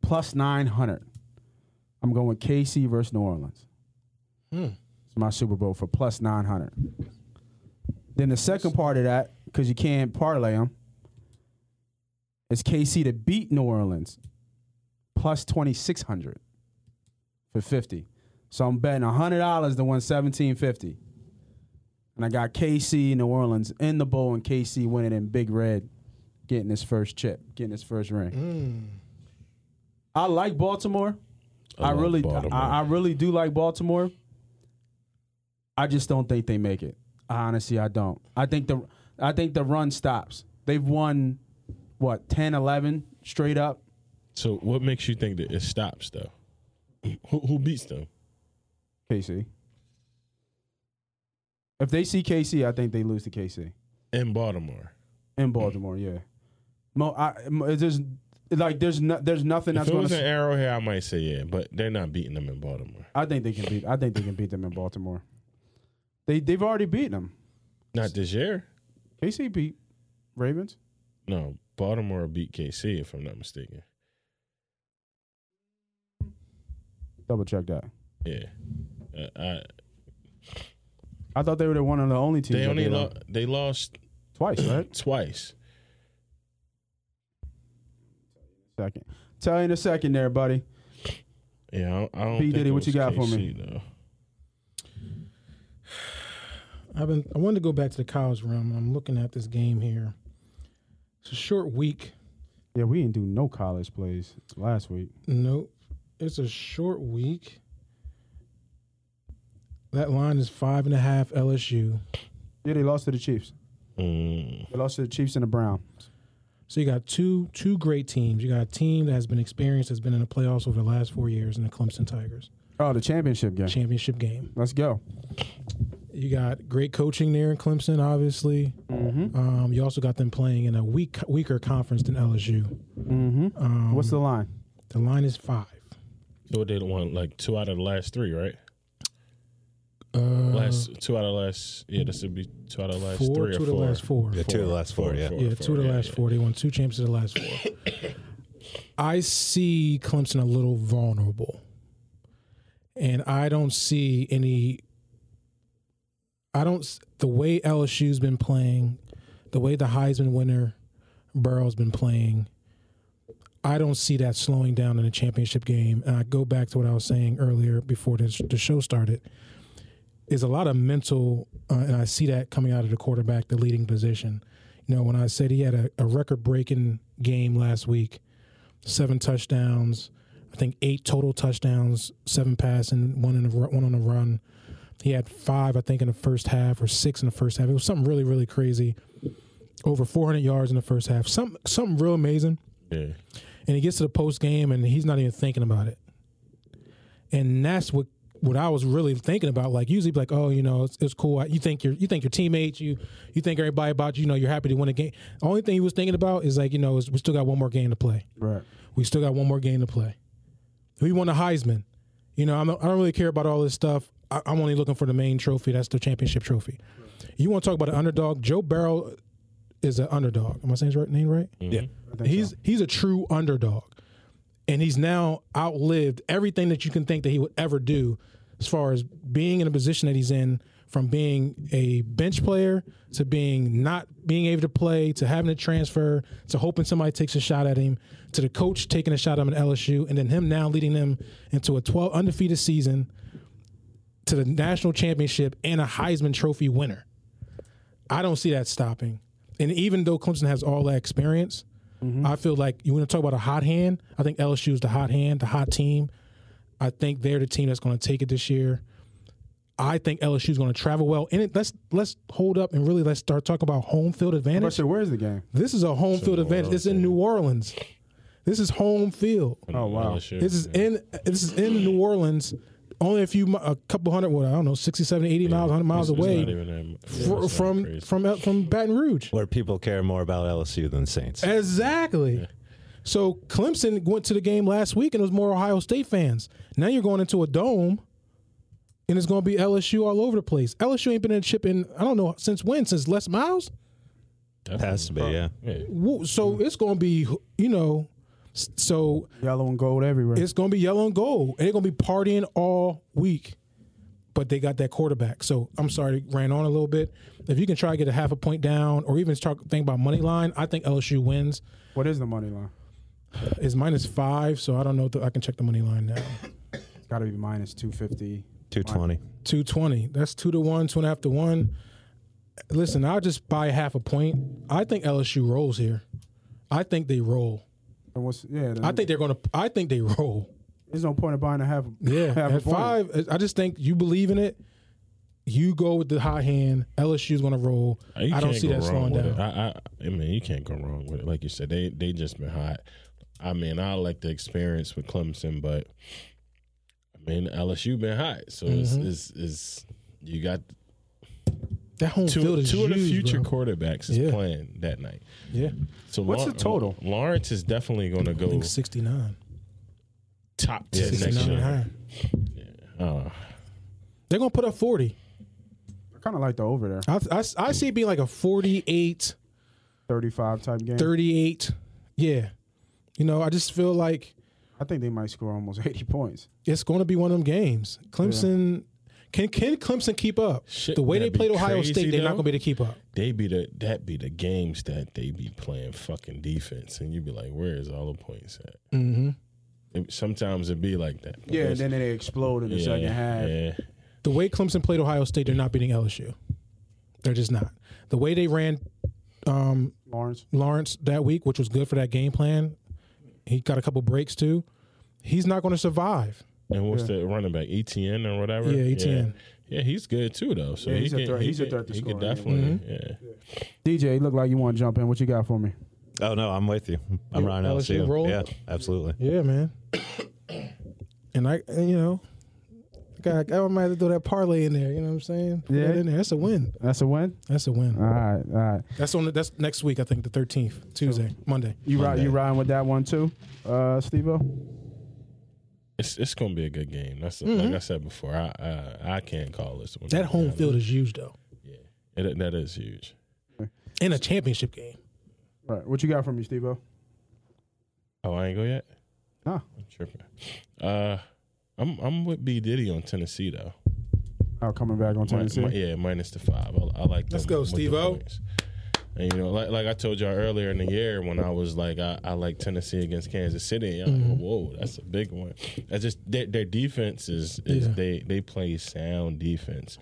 S6: plus nine hundred. I'm going KC versus New Orleans. It's my Super Bowl for plus nine hundred. Then the second part of that, because you can't parlay them, is KC to beat New Orleans plus 2600 for 50. So I'm betting $100 to win 1750. And I got KC New Orleans in the bowl and KC winning in big red getting his first chip, getting his first ring. I like Baltimore.
S7: I
S6: I,
S7: love
S6: really
S7: Baltimore.
S6: I, I really do like Baltimore. I just don't think they make it. Honestly, I don't. I think the I think the run stops. They've won what 10 11 straight up.
S7: So what makes you think that it stops though? Who, who beats them?
S6: KC. If they see KC, I think they lose to KC
S7: In Baltimore.
S6: in Baltimore. Yeah, Mo, I, mo- there's like there's no, there's nothing
S7: If
S6: that's
S7: it
S6: going
S7: was an
S6: to.
S7: arrow here, I might say yeah, but they're not beating them in Baltimore.
S6: I think they can beat. I think they can beat them in Baltimore. They they've already beaten them.
S7: Not this year.
S6: KC beat Ravens.
S7: No, Baltimore beat KC if I'm not mistaken.
S6: Double check that.
S7: Yeah, uh, I,
S6: I thought they were the one of the only teams.
S7: they
S6: that
S7: only
S6: beat them
S7: lo- they lost
S6: twice, right?
S7: twice.
S6: Second. Tell you in a second there, budty.
S7: Yeah, I don't. I don't
S6: B.
S7: think
S6: Diddy,
S7: it
S6: what
S7: was
S6: you got for
S7: KC,
S6: me?
S7: Though.
S5: I've been. I wanted to go back to the college realm, and I'm looking at this game here. It's a short week.
S6: Yeah, we didn't do no college plays last week.
S5: Nope. It's a short week. That line is five and a half LSU.
S6: Yeah, they lost to the Chiefs.
S7: Mm,
S6: They lost to the Chiefs and the Browns.
S5: So you got two two great teams. You got a team that has been experienced, has been in the playoffs over the last four years, in the Clemson Tigers
S6: Oh, the championship game.
S5: championship game.
S6: Let's go.
S5: You got great coaching there in Clemson, obviously. Um, you also got them playing in a weak weaker conference than LSU.
S6: What's the line?
S5: The line is five.
S7: so they won like two out of the last three, right?
S5: Uh,
S7: Last two out of the last. Yeah, this would be two out of the last
S5: four,
S7: three
S5: two
S7: or
S5: of
S7: four.
S5: the last four.
S8: Yeah, two of the last four, yeah.
S5: Yeah, two of the
S7: yeah,
S5: last
S7: yeah.
S5: four. They won two championships of the last four. [COUGHS] I see Clemson a little vulnerable. And I don't see any I don't s- the way LSU's been playing, the way the Heisman winner Burrow's been playing, I don't see that slowing down in a championship game. And I go back to what I was saying earlier before this, the show started. Is a lot of mental, uh, and I see that coming out of the quarterback, the leading position. You know, when I said he had a, a record breaking game last week, seven touchdowns, I think eight total touchdowns, seven passing, one in a, ru- one on a run. He had five, I think, in the first half or six in the first half. It was something really, really crazy. Over 400 yards in the first half. Some, something real amazing
S7: Yeah.
S5: and he gets to the post game and he's not even thinking about it. And that's what what I was really thinking about. Like usually, be like oh, you know, it's, it's cool. You think your you think your teammates, you you think everybody about you. You know, you're happy to win a game. The only thing he was thinking about is like you know, is we still got one more game to play.
S6: Right.
S5: We still got one more game to play. We won the Heisman. You know, I'm, I don't really care about all this stuff. I, I'm only looking for the main trophy. That's the championship trophy. You want to talk about an underdog? Joe Barrow is an underdog. Am I saying his right name right?
S8: Yeah.
S5: He's he's a true underdog, and he's now outlived everything that you can think that he would ever do, as far as being in a position that he's in, from being a bench player to being not being able to play to having to transfer to hoping somebody takes a shot at him to the coach taking a shot at him at LSU, and then him now leading them into a 12 undefeated season to the national championship and a Heisman Trophy winner. I don't see that stopping. And even though Clemson has all that experience, I feel like you want to talk about a hot hand. I think LSU is the hot hand, the hot team. I think they're the team that's going to take it this year. I think LSU is going to travel well. And it, let's let's hold up and really let's start talking about home field advantage.
S6: Question, where's the game?
S5: This is a home field advantage. It's in New Orleans. This is home field.
S6: Oh, wow.
S7: Sure.
S5: This is in this is in New Orleans. only a few, mi- a couple hundred, what I don't know, 60, 70, 80 miles, hundred miles
S7: It's- it's
S5: away
S7: not even that mu- yeah,
S5: fr-
S7: it's not
S5: from
S7: crazy.
S5: from from Baton Rouge.
S8: Where people care more about LSU than Saints.
S7: Eh.
S5: Exactly. So Clemson went to the game last week and it was more Ohio State fans. Now you're going into a dome and it's going to be LSU all over the place. LSU ain't been in a chip in, I don't know, since when? Since Les Miles?
S7: That's
S8: Has to be, yeah.
S7: yeah.
S5: Wo-
S7: Mm.
S5: So it's going to be, you know, s- so
S6: Yellow and gold everywhere.
S5: it's going to be yellow and gold and they're going to be partying all week. But they got that quarterback. So I'm sorry, ran on a little bit. If you can try to get a half a point down or even start thinking about money line, I think LSU wins.
S6: what is the money line?
S5: is minus five, so I don't know. If the, I can check the money line now.
S6: It's got to be minus 250.
S8: 220.
S5: Two twenty. That's two to one, two and a half to one. Listen, I'll just buy half a point. I think LSU rolls here. I think they roll.
S6: And what's, yeah,
S5: I think they're gonna. I think they [LAUGHS] roll.
S6: there's no point in buying a half.
S5: Yeah,
S6: half a
S5: at
S6: point.
S5: five, I just think you believe in it. You go with the hot hand. LSU's gonna roll.
S7: You
S5: I don't
S7: can't
S5: see
S7: go
S5: that
S7: wrong
S5: slowing
S7: with
S5: down.
S7: it. I, I, I mean, you can't go wrong with it. Like you said, they they just been hot. I mean, I like the experience with Clemson, but I mean, LSU been hot, so it's,
S5: Mm-hmm.
S7: it's, it's you got
S5: That home field
S7: two
S5: is
S7: two of the
S5: huge,
S7: future
S5: bro.
S7: quarterbacks is
S5: Yeah.
S7: playing that night.
S5: Yeah,
S7: So
S6: What's
S7: Lau-
S6: the total?
S7: Lawrence is definitely going to
S5: I
S7: go
S5: think sixty nine.
S7: top ten
S5: Sixty
S7: next year.
S5: nine.
S7: Uh,
S5: They're gonna put up forty.
S6: I kind of like the over there.
S5: I, I, I see it being like a forty eight.
S6: 35 type game.
S5: 38. Yeah. You know, I just feel like
S6: I think they might score almost [LAUGHS] 80 points.
S5: it's going to be one of them games. Clemson can can Clemson keep up?
S7: Shit,
S5: the way they
S7: that'd be
S5: played Ohio
S7: crazy,
S5: State, they're not going to
S7: though.
S5: be able to keep up.
S7: they be the that be the games that they be playing fucking defense, and you be like, where is all the points at? Mm-hmm. sometimes it be like that. but
S6: Yeah, and
S7: it's-
S6: then they explode in the second half.
S7: Yeah.
S5: The way Clemson played Ohio State, they're not beating LSU. They're just not. The way they ran um,
S6: Lawrence.
S5: Lawrence that week, which was good for that game plan, he got a couple breaks too. He's not going to survive.
S7: And what's the running back? ETN or whatever?
S5: Yeah, ETN.
S7: Yeah, Yeah, he's good too though. So
S6: E Yeah,
S7: he
S6: he's a
S7: can-
S6: threat-
S7: he
S6: he's a
S7: can-
S6: threat to
S7: He could
S6: score, yeah. Mm-hmm.
S7: definitely yeah.
S6: DJ, look like you want to jump in. What you got for me?
S8: Oh, no, I'm with you. I'm
S5: You-
S8: Ryan
S5: LSU
S8: LSU.
S5: roll?
S8: Yeah, absolutely.
S5: Yeah, man. [COUGHS] and I, and, you know, got I might have to throw that parlay in there. You know what I'm saying? Put
S6: Yeah.
S5: that in there. That's a win.
S6: That's a win.
S5: That's a win.
S6: All right, all right.
S5: That's on. The, that's next week. I think the 13th, Tuesday, Monday.
S6: You ride, you riding with that one too, uh, Steve-O?
S7: It's it's gonna be a good game. That's
S8: Mm-hmm.
S7: like I said before. I I, I can't call this one.
S5: That home field is huge though,
S7: It- that is huge.
S5: in a championship game.
S6: All right, what you got for me, Steve-O?
S7: Oh, I ain't go yet.
S6: Nah.
S7: I'm tripping. Uh, I'm I'm with B Diddy on Tennessee though.
S6: Oh, coming back on
S7: Mi-
S6: Tennessee.
S7: mi- yeah, minus the five. I, I like.
S5: Let's
S7: them
S5: go,
S7: with the
S5: Steve-O.
S7: points. And you know, like like I told y'all earlier in the year when I was like, I, I like Tennessee against Kansas City. I'm like, whoa, that's a big one. That's just their, their defense is, is
S5: Yeah.
S7: they they play sound defense,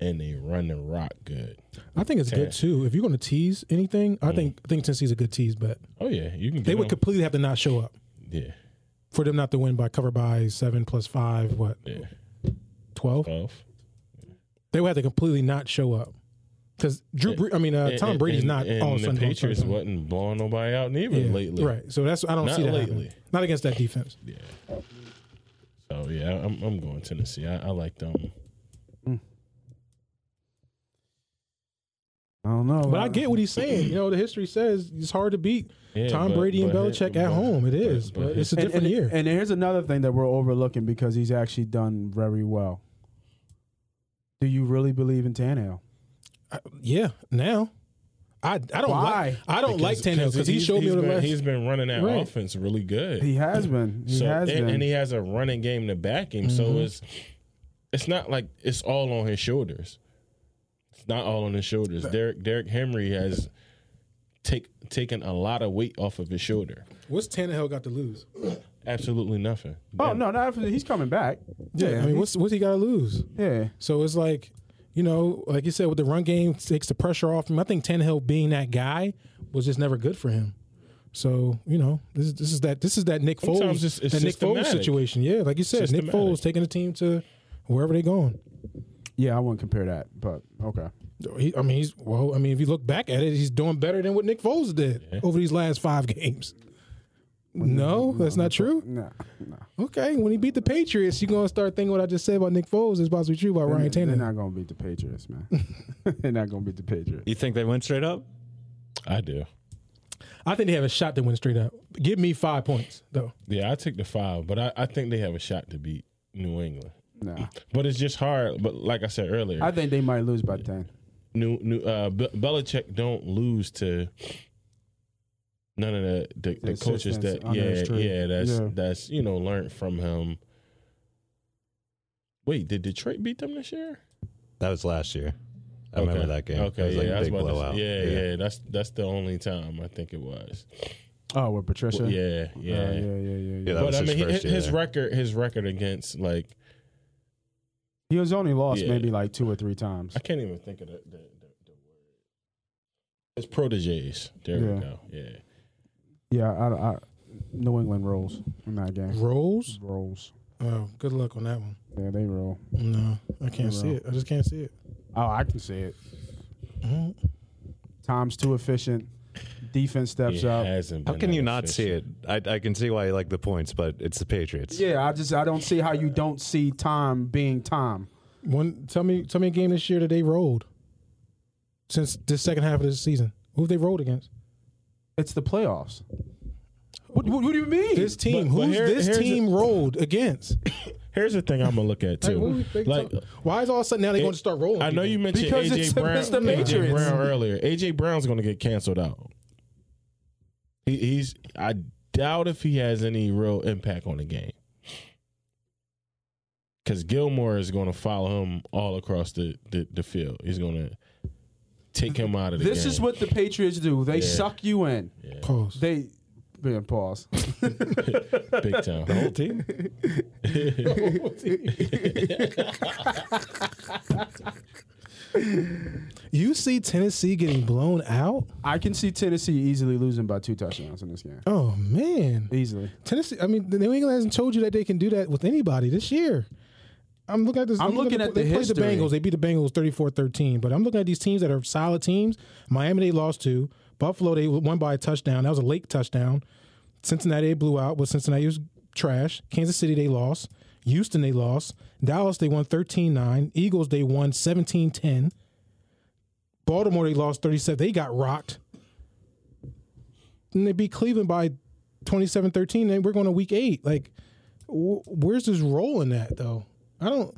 S7: and they run the rock good.
S5: I think it's good too. If you're going to tease anything, I think I think Tennessee's a good tease bet.
S7: Oh yeah, Mm. you can.
S5: They
S7: get
S5: would
S7: them.
S5: completely have to not show up
S7: yeah
S5: for them not to win by cover by seven plus five. What
S7: yeah
S5: twelve?
S7: twelve.
S5: They would have to completely not show up because Drew. Bre- I mean, uh,
S7: And-
S5: Tom
S7: and-
S5: Brady's
S7: and-
S5: not
S7: And
S5: all of a
S7: the
S5: sudden. gonna start
S7: Patriots
S5: something.
S7: wasn't blowing nobody out neither
S5: Yeah,
S7: lately.
S5: Right. So that's I don't
S7: Not
S5: see that
S7: lately.
S5: happening. Not against that defense.
S7: So yeah, I'm I'm going Tennessee. I, I like them.
S6: I don't know.
S5: But I get what he's saying. You know, the history says it's hard to beat
S7: Yeah,
S5: Tom
S7: but-
S5: Brady and
S7: but-
S5: Belichick
S7: but-
S5: at home. It is, but,
S7: but-
S5: it's a
S6: And-
S5: different
S6: and,
S5: year.
S6: And here's another thing that we're overlooking because he's actually done very well. Do you really believe in Tannehill?
S5: I- yeah, now I I don't
S6: Why?
S5: like I don't like Tannehill because he
S7: he's-
S5: showed me
S7: he's
S5: the
S7: been,
S5: last.
S7: He's been running that
S5: Right.
S7: offense really good.
S6: He has been. He
S7: so
S6: has
S7: and,
S6: been.
S7: and he has a running game to back him. So it's it's not like it's all on his shoulders. It's not all on his shoulders. Derek Derek Henry has take taken a lot of weight off of his shoulder.
S5: What's Tannehill got to lose?
S7: Absolutely nothing.
S6: oh no, no, he's coming back.
S5: Yeah, I mean, what's what's he got to lose?
S6: yeah.
S5: So it's like, you know, like you said, with the run game takes the pressure off him. I think Tannehill being that guy was just never good for him. So you know, this is this is that this is that Nick Foles
S7: Sometimes it's- it's
S5: that Nick Foles
S7: systematic.
S5: situation. Yeah, like you said, Nick
S7: Systematic.
S5: Foles taking the team to wherever they're going.
S6: Yeah, I wouldn't compare that, but okay.
S5: He, I mean, he's well. I mean, if you look back at it, he's doing better than what Nick Foles did over these last five games. No, that's not true.
S6: No, no.
S5: Okay, when he beat the Patriots, you're gonna start thinking what I just said about Nick Foles is possibly true about Ryan
S6: They're
S5: Tannehill.
S6: not gonna beat the Patriots, man. [LAUGHS] they're not gonna beat the Patriots.
S8: You think they went straight up?
S7: I do.
S5: I think they have a shot to win straight up. Give me five points though.
S7: Yeah, I took the five, but I, I think they have a shot to beat New England.
S6: Nah.
S7: But it's just hard. But like I said earlier,
S6: I think they might lose by ten.
S7: new new uh, Be- Belichick don't lose to none of the the, the
S6: The
S7: coaches
S6: assistants
S7: that
S6: under
S7: yeah
S6: his tree.
S7: yeah that's
S6: Yeah.
S7: that's you know learned from him. Wait, did Detroit beat them this year?
S8: That was last year. I remember that game.
S7: Okay,
S8: it was like
S7: yeah,
S8: a
S7: I was
S8: big
S7: about to-
S8: blowout.
S7: yeah, yeah, that's that's the only time I think it was.
S6: Oh, with Patricia.
S7: Well, yeah,
S6: Uh, yeah, yeah, yeah,
S7: yeah.
S6: yeah.
S8: Yeah, that
S7: But
S8: was
S7: I
S8: his
S7: mean, his,
S8: first year
S7: his
S8: there.
S7: record, his record against like
S6: He was only lost
S7: Yeah.
S6: maybe like two or three
S7: [LAUGHS]
S6: times.
S7: I can't even think of the the, the, the word. It's proteges. There
S6: Yeah.
S7: we go. Yeah.
S6: Yeah, I, I, New England rolls in that game.
S5: Rolls.
S6: Rolls.
S5: Oh, good luck on that one.
S6: Yeah, they roll.
S5: No, I can't see
S6: roll.
S5: it. I just can't see it.
S6: Oh, I can see it.
S5: Mhm.
S6: Time's too efficient. Defense steps
S7: It
S6: up.
S7: hasn't
S8: How
S7: been
S8: can
S7: that
S8: you not see
S7: efficient.
S8: it? I, I can see why you like the points, but it's the Patriots.
S6: Yeah, I just I don't see how you don't see time being time.
S5: One, tell me, tell me a game this year that they rolled since this second half of this season. Who have they rolled against?
S6: It's the playoffs. What, what, what do you mean?
S5: This team.
S7: but
S5: Who's
S7: here-
S5: this
S7: here's
S5: team rolled against?
S7: Here's the thing I'm gonna look at
S5: Like, what
S7: too.
S5: we think-
S7: like
S5: why is all of a sudden now they're going to start rolling?
S7: I know
S5: people?
S7: you mentioned
S6: Because
S7: AJ
S6: it's the-
S7: Brown,
S6: it's the
S7: AJ
S6: Patriots.
S7: Brown earlier. AJ Brown's gonna get canceled out. He, he's I doubt if he has any real impact on the game. Cause Gilmore is gonna follow him all across the, the, the field. He's gonna take him out of the
S6: this
S7: game.
S6: is what the Patriots do. They
S7: Yeah.
S6: suck you in.
S5: Pause.
S6: They man, pause.
S7: big time. The whole [LAUGHS] team.
S5: You see Tennessee getting blown out?
S6: I can see Tennessee easily losing by two touchdowns in this game.
S5: Oh man,
S6: Easily.
S5: Tennessee. I mean, New England hasn't told you that they can do that with anybody this year. I'm looking at this.
S6: I'm looking at
S5: they
S6: the
S5: played the
S6: history.
S5: Bengals. They beat the Bengals 34-13. But I'm looking at these teams that are solid teams. Miami they lost to. Buffalo they won by a touchdown. That was a late touchdown. Cincinnati they blew out, but Cincinnati was trash. Kansas City they lost. Houston they lost. Dallas they won 13-9. Eagles they won 17-10. Baltimore they lost 37. They got rocked. And they beat Cleveland by 27 13 and we're going to week eight like wh- where's this role in that though i don't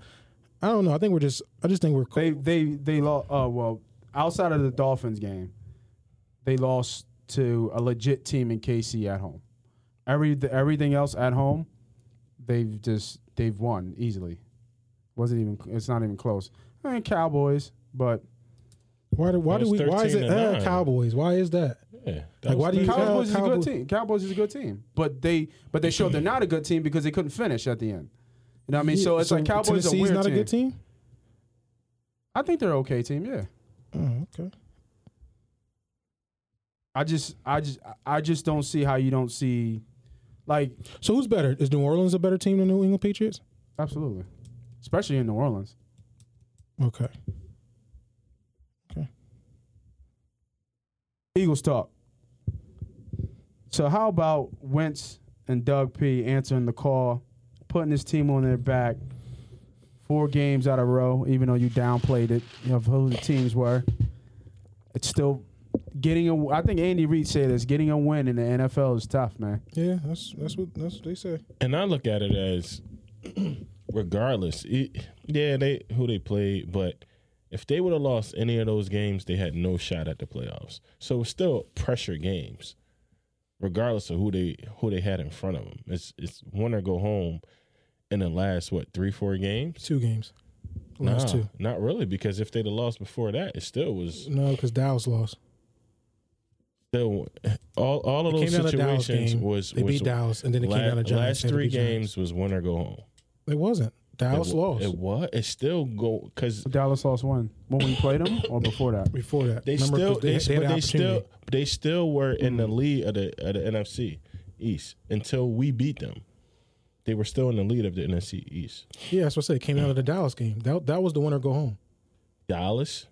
S5: i don't know i think we're just i just think we're cool.
S6: They they they lost. Uh, well, outside of the Dolphins game, they lost to a legit team in KC at home. Every everything else at home, they've just they've won easily. Wasn't even it's not even close. I mean, Cowboys, but
S5: why do why
S7: That
S5: do we
S7: was
S5: why is it
S7: 13 and
S5: uh,
S7: nine.
S5: cowboys why is that
S7: Yeah, that
S5: Like,
S7: was
S5: why do you-
S7: the-
S6: Cowboys is a good
S5: Cowboys-
S6: team. Cowboys is a good team, but they but they showed they're not a good team because they couldn't finish at the end. You know what I mean? so it's like Cowboys
S5: Tennessee's
S6: are weird
S5: not
S6: team.
S5: a good team
S6: I think they're an okay team. Yeah.
S5: oh, okay
S6: I just I just I just don't see how you don't see like
S5: so who's better is new orleans a better team than new england patriots
S6: absolutely. Especially in New Orleans.
S5: okay
S6: Eagles talk. So how about Wentz and Doug P answering the call, putting his team on their back, four games out of a row, even though you downplayed it of who the teams were. It's still getting a. I think Andy Reid said this: getting a win in the NFL is tough, man.
S5: yeah that's that's what that's what they say
S7: and I look at it as regardless. It, yeah, they who they played, but if they would have lost any of those games, they had no shot at the playoffs. So it's still pressure games, regardless of who they who they had in front of them. It's it's win or go home. In the last what three four games?
S5: two games last
S7: Nah,
S5: two
S7: not really. Because if they'd have lost before that, it still was
S5: no because dallas lost
S7: still all all of
S5: it came down
S7: those
S5: to dallas
S7: situations
S5: game
S7: was
S5: they
S7: was
S5: beat dallas and then it
S7: la-
S5: came down to giants
S7: last
S5: They had to
S7: three
S5: beat Giants.
S7: games was win or go home.
S5: it wasn't dallas
S7: it, wa-
S5: lost
S7: It was. It still go because
S6: Dallas lost one when we played them, or before that.
S5: before that
S7: they
S5: Remember,
S7: still
S5: 'cause
S7: they,
S5: had
S7: but
S5: an
S7: they
S5: opportunity. Mm-hmm.
S7: still they still were in the lead of the of the NFC East until we beat them. They were still in the lead of the NFC East.
S5: Yeah, that's what I said. It came out of the Dallas game. That that was the winner go home.
S7: Dallas.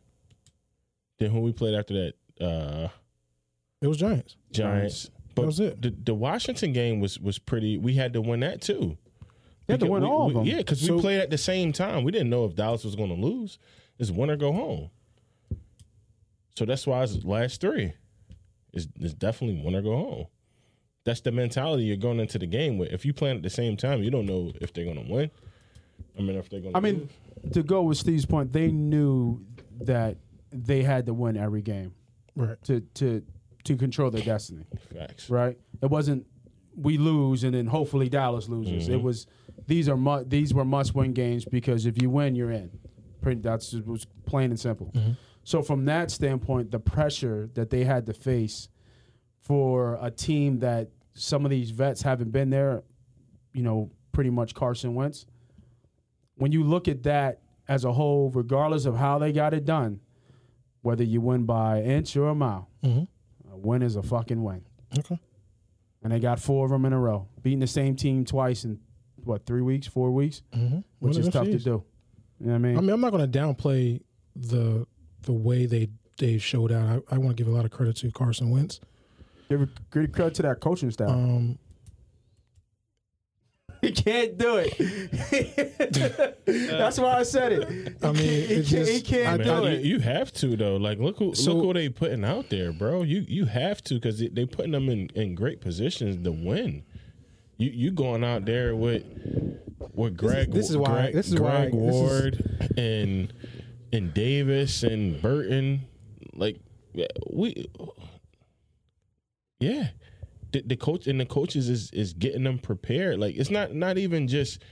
S7: Then who we played after that? Uh
S5: It was Giants.
S7: Giants. But
S5: that was it.
S7: The, the Washington game was was pretty. We had to win that too.
S6: They had to win
S7: we,
S6: all of
S7: we-
S6: them.
S7: Yeah, because we played at the same time. We didn't know if Dallas was going to lose. It's win or go home. So that's why it's last three. It's, it's definitely win or go home. That's the mentality you're going into the game with. If you playing at the same time, you don't know if they're going to win. I mean, if they're going.
S6: I mean, to go with Steve's point, they knew that they had to win every game
S5: Right.
S6: to to to control their destiny.
S7: facts.
S6: Right? It wasn't we lose and then hopefully Dallas loses. It was these are mu- these were must win games because if you win, you're in. Pretty, that's just was plain and simple. So from that standpoint, the pressure that they had to face for a team that some of these vets haven't been there, you know, pretty much Carson Wentz. When you look at that as a whole, regardless of how they got it done, whether you win by inch or a mile, a win is a fucking win.
S5: Okay.
S6: And they got four of them in a row, beating the same team twice in what three weeks, four weeks,
S5: Mm-hmm. One
S6: which
S5: of
S6: is
S5: them
S6: tough to
S5: fees.
S6: do. You know what I mean?
S5: I mean, I'm not going to downplay the the way they they showed out. I, I want to give a lot of credit to Carson Wentz.
S6: Give a- give credit to that coaching staff. [LAUGHS]
S5: Um,
S6: He can't do
S5: [LAUGHS]
S6: it. [LAUGHS] That's why I said it.
S5: I mean,
S6: He
S5: it's
S6: can't,
S5: just,
S6: he can't
S7: I
S6: do
S7: mean,
S6: it.
S7: you, you have to though. Like look who
S5: So-
S7: look who they putting out there, bro. You you have to because they, they putting them in, in great positions to win. You you going out there with with Greg.
S5: this is why-
S7: Greg,
S5: this is
S7: Greg
S5: why- this is-
S7: Ward and and Davis and Burton. Like yeah, we, yeah. The, the coach and the coaches is is getting them prepared. Like it's not not even just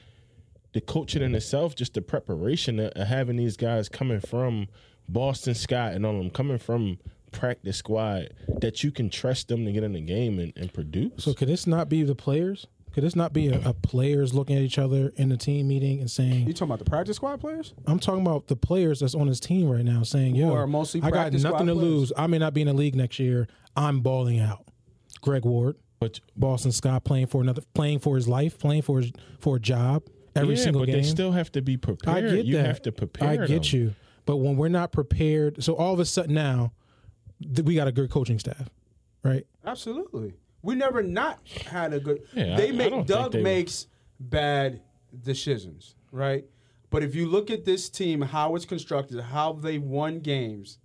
S7: the coaching in itself, just the preparation of, of having these guys coming from Boston Scott and all them coming from practice squad that you can trust them to get in the game and, and produce.
S5: so could this not be the players? Could this not be a, a players looking at each other in the team meeting and
S6: You
S5: saying,
S6: talking about the practice squad players?
S5: "I'm talking about the players that's on his team right now," saying, "Yo,
S6: are mostly
S5: I got
S6: practice squad
S5: nothing to
S6: players.
S5: lose. I may not be in the league next year. I'm balling out." Greg Ward,
S7: but
S5: Boston Scott, playing for another, playing for his life, playing for his, for a job every
S7: yeah,
S5: single
S7: but
S5: game.
S7: they still have to be
S5: I
S7: prepared.
S5: get
S7: you
S5: that.
S7: have to prepare.
S5: I get
S7: them.
S5: you. But when we're not prepared, so all of a sudden now, th- we got a good coaching staff, right?
S6: Absolutely. We never not had a good.
S7: Yeah, I-
S6: they
S7: I
S6: make
S7: don't
S6: Doug
S7: think they-
S6: makes bad decisions, right? But if you look at this team, how it's constructed, how they won games,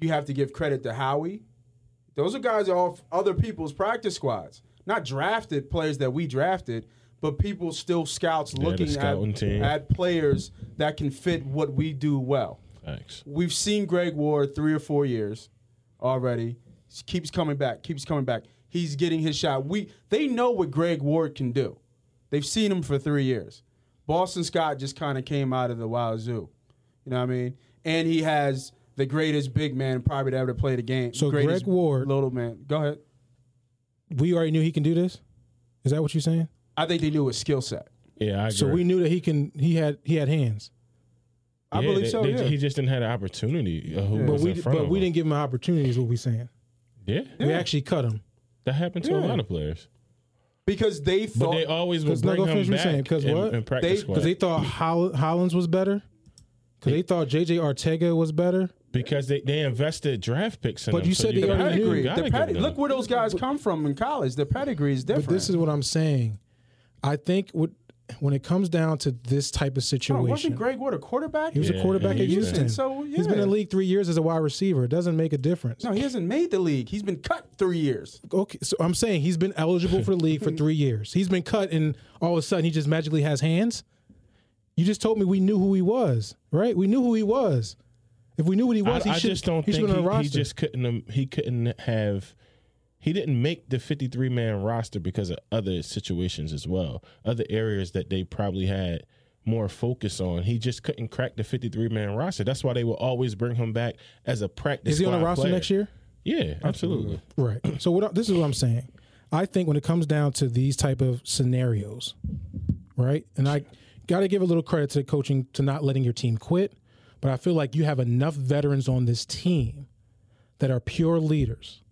S6: you have to give credit to Howie. Those are guys are off other people's practice squads, not drafted players that we drafted, but people still scouts
S7: the
S6: looking
S7: scouting
S6: at,
S7: team.
S6: at players that can fit what we do well
S7: Thanks.
S6: we've seen Greg Ward three or four years already. He keeps coming back, keeps coming back. He's getting his shot. We they know what Greg Ward can do. They've seen him for three years. Boston Scott just kind of came out of the wazoo. You know what I mean? And he has the greatest big man probably to ever play the game.
S5: So
S6: greatest
S5: Greg Ward-
S6: little man. Go ahead.
S5: We already knew he can do this. Is that what you're saying?
S6: I think they knew his skill set.
S7: Yeah, I agree.
S5: So we knew that he can. He had he had hands,
S6: I
S7: Yeah,
S6: believe
S7: they-
S6: so.
S7: they-
S6: yeah.
S7: He just didn't have an opportunity. Uh, who
S5: but
S7: was
S5: we
S7: in front
S5: but
S7: of
S5: we
S7: him.
S5: didn't give him an opportunity. Is what we're saying.
S7: Yeah,
S5: We actually cut him.
S7: that happened to a
S6: Yeah.
S7: lot of players.
S6: because they
S7: But
S6: thought
S7: they always would
S5: 'Cause now go
S7: bring him
S5: finish what
S7: back.
S5: you're saying, 'cause
S7: in-
S5: what?
S7: in practice
S6: They-
S7: squad.
S5: Because they thought Holl- Hollins was better. Because they thought JJ Ortega was better.
S7: Because they, they invested draft picks in
S5: But
S7: them,
S5: you
S7: so
S5: said they
S7: gotta-
S5: already
S7: you
S5: knew.
S7: gotta
S6: the
S7: give
S6: pedi-
S7: them.
S6: look where those guys come from in college. Their pedigree is different.
S5: But this is what I'm saying. I think what when it comes down to this type
S6: Hold
S5: of
S6: on,
S5: situation,
S6: Oh, wasn't Greg Ward a quarterback?
S5: he was
S7: Yeah,
S5: a quarterback
S7: he
S5: at
S7: was
S5: Houston.
S7: there.
S6: So,
S5: He's been
S6: yeah.
S5: in the league three years as a wide receiver. It doesn't make a difference.
S6: No, he hasn't made the league. He's been cut three years.
S5: Okay, so I'm saying he's been eligible for the league for three years. He's been cut, and all of a sudden he just magically has hands. You just told me we knew who he was, right? We knew who he was. If we knew what he
S7: I,
S5: was, he
S7: I
S5: should.
S7: just don't
S5: he should
S7: think
S5: been on the
S7: he, he
S5: roster.
S7: just couldn't. um, He couldn't have. He didn't make the fifty-three man roster because of other situations as well, other areas that they probably had more focus on. He just couldn't crack the fifty-three man roster. That's why they will always bring him back as a practice.
S5: Is he on the
S7: squad
S5: roster
S7: player.
S5: next year?
S7: Yeah, absolutely.
S5: Right. So what? I- This is what I'm saying. I think when it comes down to these type of scenarios, right? And I got to give a little credit to the coaching to not letting your team quit, but I feel like you have enough veterans on this team that are pure leaders.